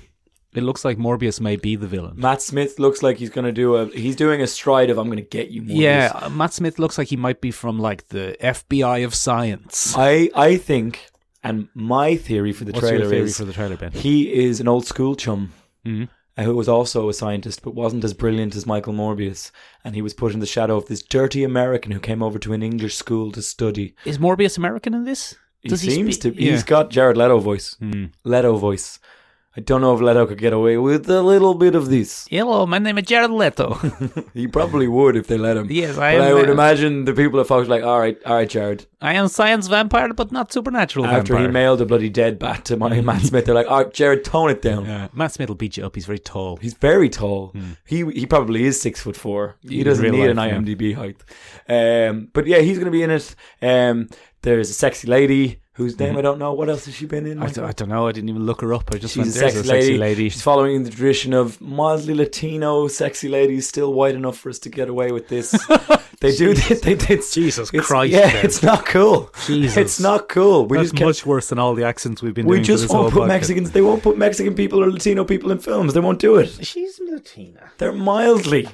It looks like Morbius may be the villain. Matt Smith looks like he's going to do a. He's doing a stride of I'm going to get you. Morbius. Yeah, uh, Matt Smith looks like he might be from like the FBI of science. I I think, and my theory for the What's trailer your theory is for the trailer, Ben? he is an old school chum. Mhm. uh, Who was also a scientist, but wasn't as brilliant as Michael Morbius, and he was put in the shadow of this dirty American who came over to an English school to study. Is Morbius American in this? He Does he seems speak- to. yeah. Mm-hmm. He's got Jared Leto voice. Leto voice. I don't know if Leto could get away with a little bit of this. Hello, my name is Jared Leto. He probably would if they let him. yes, But I would imagine the people at Fox are like, all right, all right, Jared. I am science vampire, but not supernatural After he mailed a bloody dead bat to my Matt Smith, they're like, all right, Jared, tone it down. Matt Smith will beat you up. He's very tall. He's very tall. He he probably is six foot four. He Hmm. In doesn't real need an life, yeah. IMDb height. Um, but yeah, he's going to be in it. Um, there's a sexy lady whose name I don't know. What else has she been in? Mm-hmm. I, Michael? d- I don't know. I didn't even look her up. I just She's went, a "There's sexy, lady. lady. She's following the tradition of mildly Latino sexy ladies, still white enough for us to get away with this. they do this. They did. Jesus it's, Christ, Yeah, Ben. it's not cool. Jesus. It's not cool. We That's just can't- much worse than all the accents we've been we doing. for just this won't whole put podcast. Mexicans. They won't put Mexican people or Latino people in films. They won't do it. She's Latina, They're mildly.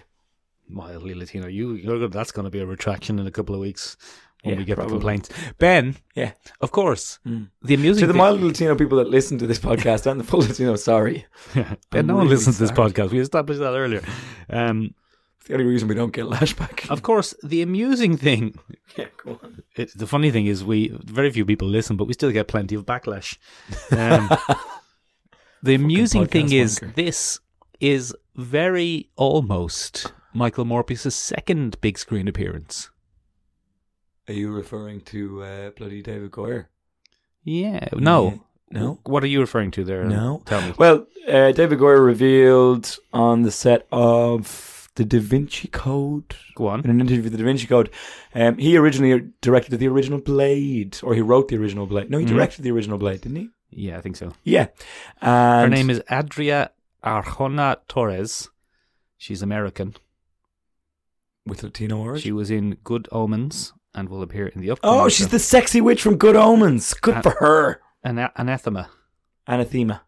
mildly Latino. You, you're, that's going to be a retraction in a couple of weeks when Yeah, we get probably. the Mm. complaints. Ben, Yeah. of course, the amusing To the thing- mildly Latino people that listen to this podcast and the full Latino, sorry. Ben, I'm no one really listens to this podcast. We established that earlier. Um, It's the only reason we don't get lashback. of course, the amusing thing yeah, go on. it, the funny thing is we very few people listen, but we still get plenty of backlash. Um, The amusing thing podcast is, wanker. this is very almost Michael Morpheus' second big screen appearance. Are you referring to uh, bloody David Goyer? Yeah. No. Yeah. No? What are you referring to there? No. Tell me. Well, uh, David Goyer revealed on the set of The Da Vinci Code Go on. in an interview with The Da Vinci Code. Um, he originally directed the original Blade, or he wrote the original Blade. No, he Mhm. directed the original Blade, didn't he? Yeah, I think so. Yeah. And Her name is Adria Arjona Torres. She's American. with Latino origin. She was in Good Omens and will appear in the upcoming. oh, she's the sexy witch from Good Omens. Good Uh, for her. Ana- anathema. Anathema.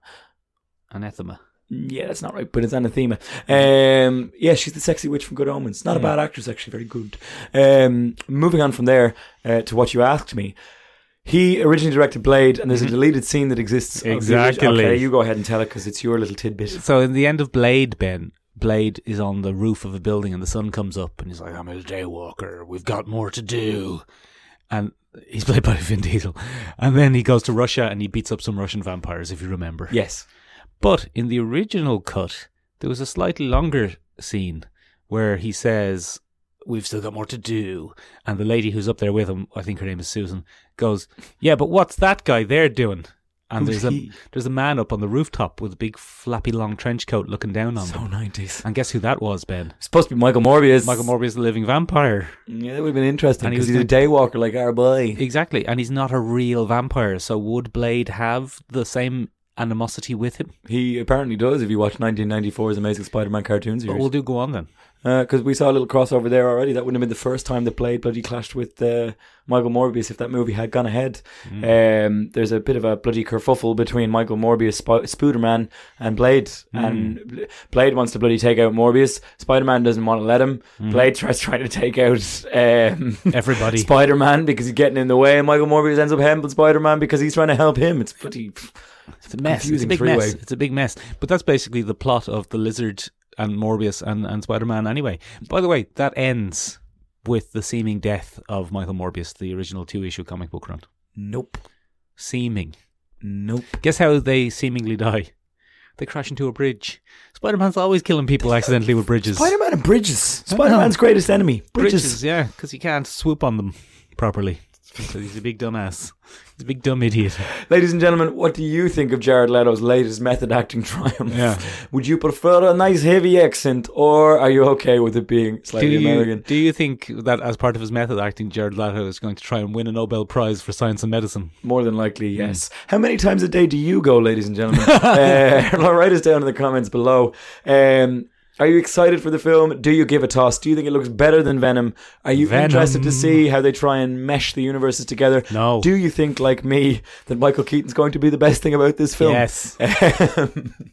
Anathema. Yeah, that's not right, but it's anathema. Um, yeah, she's the sexy witch from Good Omens. Not a bad actress, actually, very good. Um, moving on from there uh, to what you asked me. He originally directed Blade, and there's a deleted scene that exists. of the original- Mm-hmm. Exactly. Okay, you go ahead and tell it because it's your little tidbit. So in the end of Blade, Ben, Blade is on the roof of a building and the sun comes up and he's like, I'm a daywalker. We've got more to do. And he's played by Vin Diesel. And then he goes to Russia and he beats up some Russian vampires, if you remember. Yes. But in the original cut, there was a slightly longer scene where he says, We've still got more to do. And the lady who's up there with him, I think her name is Susan, goes, Yeah, but what's that guy there doing? And Who's there's a, he? there's a man up on the rooftop with a big flappy long trench coat looking down on So them. 90s. And guess who that was, Ben? Supposed to be Michael Morbius. Michael Morbius, the living vampire. Yeah, that would have been interesting And he because was he's a daywalker like our boy. Exactly. And he's not a real vampire. So would Blade have the same animosity with him? He apparently does if you watch 1994's Amazing Spider-Man cartoon But series. we'll do go on then. because Uh, we saw a little crossover there already. That wouldn't have been the first time the Blade bloody clashed with uh, Michael Morbius if that movie had gone ahead. Um, there's a bit of a bloody kerfuffle between Michael Morbius, Sp- Spooderman, and Blade. And Bl- Blade wants to bloody take out Morbius. Spider Man doesn't want to let him. Blade tries trying to take out um, Everybody. Spider Man because he's getting in the way. And Michael Morbius ends up helping Spider Man because he's trying to help him. It's bloody. It's a mess. It's a confusing big three-way. mess. It's a big mess. But that's basically the plot of the lizard and Morbius and, and Spider Man. Anyway, by the way, that ends with the seeming death of Michael Morbius, the original two issue comic book run. Nope. Seeming. Nope. Guess how they seemingly die? They crash into a bridge. Spider Man's always killing people accidentally with bridges. Spider Man and Bridges. Spider Man's greatest enemy. bridges, Bridges. yeah, because he can't swoop on them properly. So he's a big dumbass. He's a big dumb idiot. Ladies and gentlemen, what do you think of Jared Leto's latest method acting triumph? Yeah. Would you prefer a nice heavy accent, or are you okay with it being Do slightly you, American? do you think that as part of his method acting, Jared Leto is going to try and win a Nobel Prize for science and medicine? More than likely, Hmm. yes. How many times a day do you go, ladies and gentlemen? uh, write us down in the comments below. Um, are you excited for the film? Do you give a toss? Do you think it looks better than Venom? Are you Venom. interested to see how they try and mesh the universes together? No. Do you think, like me, that Michael Keaton's going to be the best thing about this film? Yes. Um,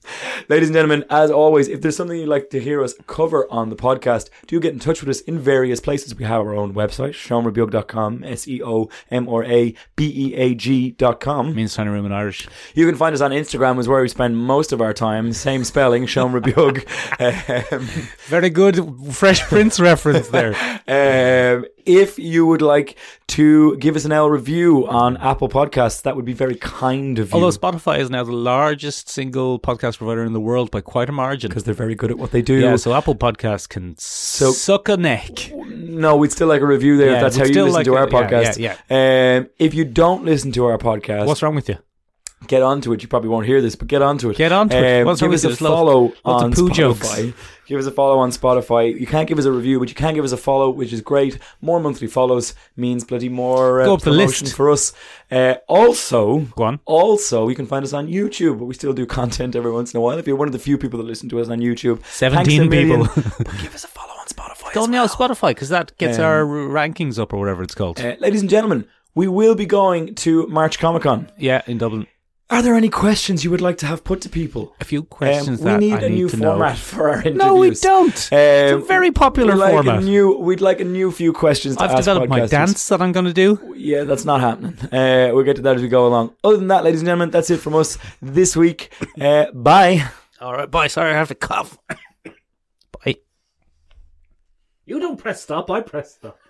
Ladies and gentlemen, as always, if there's something you'd like to hear us cover on the podcast, do get in touch with us in various places. We have our own website, seanrebeog.com, S E O M R A B E A G.com. means tiny room in Irish. You can find us on Instagram, is where we spend most of our time. Same spelling, Sean Rebeog. Um, Very good Fresh Prince reference there. um, if you would like to give us an L review on Apple Podcasts, that would be very kind of you. Although Spotify is now the largest single podcast provider in the world by quite a margin. because they're very good at what they do. Yeah, so Apple Podcasts can suck a neck. No, we'd still like a review there Yeah, if that's we'd how you still listen like to our a- yeah, podcast. yeah, Um, if you don't listen to our podcast, What's wrong with you? get onto it. You probably won't hear this, but get onto it. Um, Get onto it. What's give wrong us with you? There's a lots- follow lots of on poo Spotify. jokes. Give us a follow on Spotify. You can't give us a review, but you can give us a follow, which is great. More monthly follows means bloody more uh, Go up the promotion list. for us. Uh, also, Go on. Also, you can find us on YouTube, but we still do content every once in a while. If you're one of the few people that listen to us on YouTube, thanks a 17 million. people. But give us a follow on Spotify. Go as now well. Spotify because that gets Um, our r- rankings up or whatever it's called. Uh, ladies and gentlemen, we will be going to March Comic Con. yeah, in Dublin. Are there any questions you would like to have put to people? A few Um, questions we that need I a need new to format know. for our interviews. No, we don't. it's a Um, very popular we'd like format. A new, we'd like a new few questions. To I've ask developed my podcasters. dance that I'm going to do. Yeah, that's not happening. Uh, we'll get to that as we go along. Other than that, ladies and gentlemen, that's it from us this week. Uh, bye. All right, bye. Sorry, I have to cough. bye. You don't press stop. I press stop.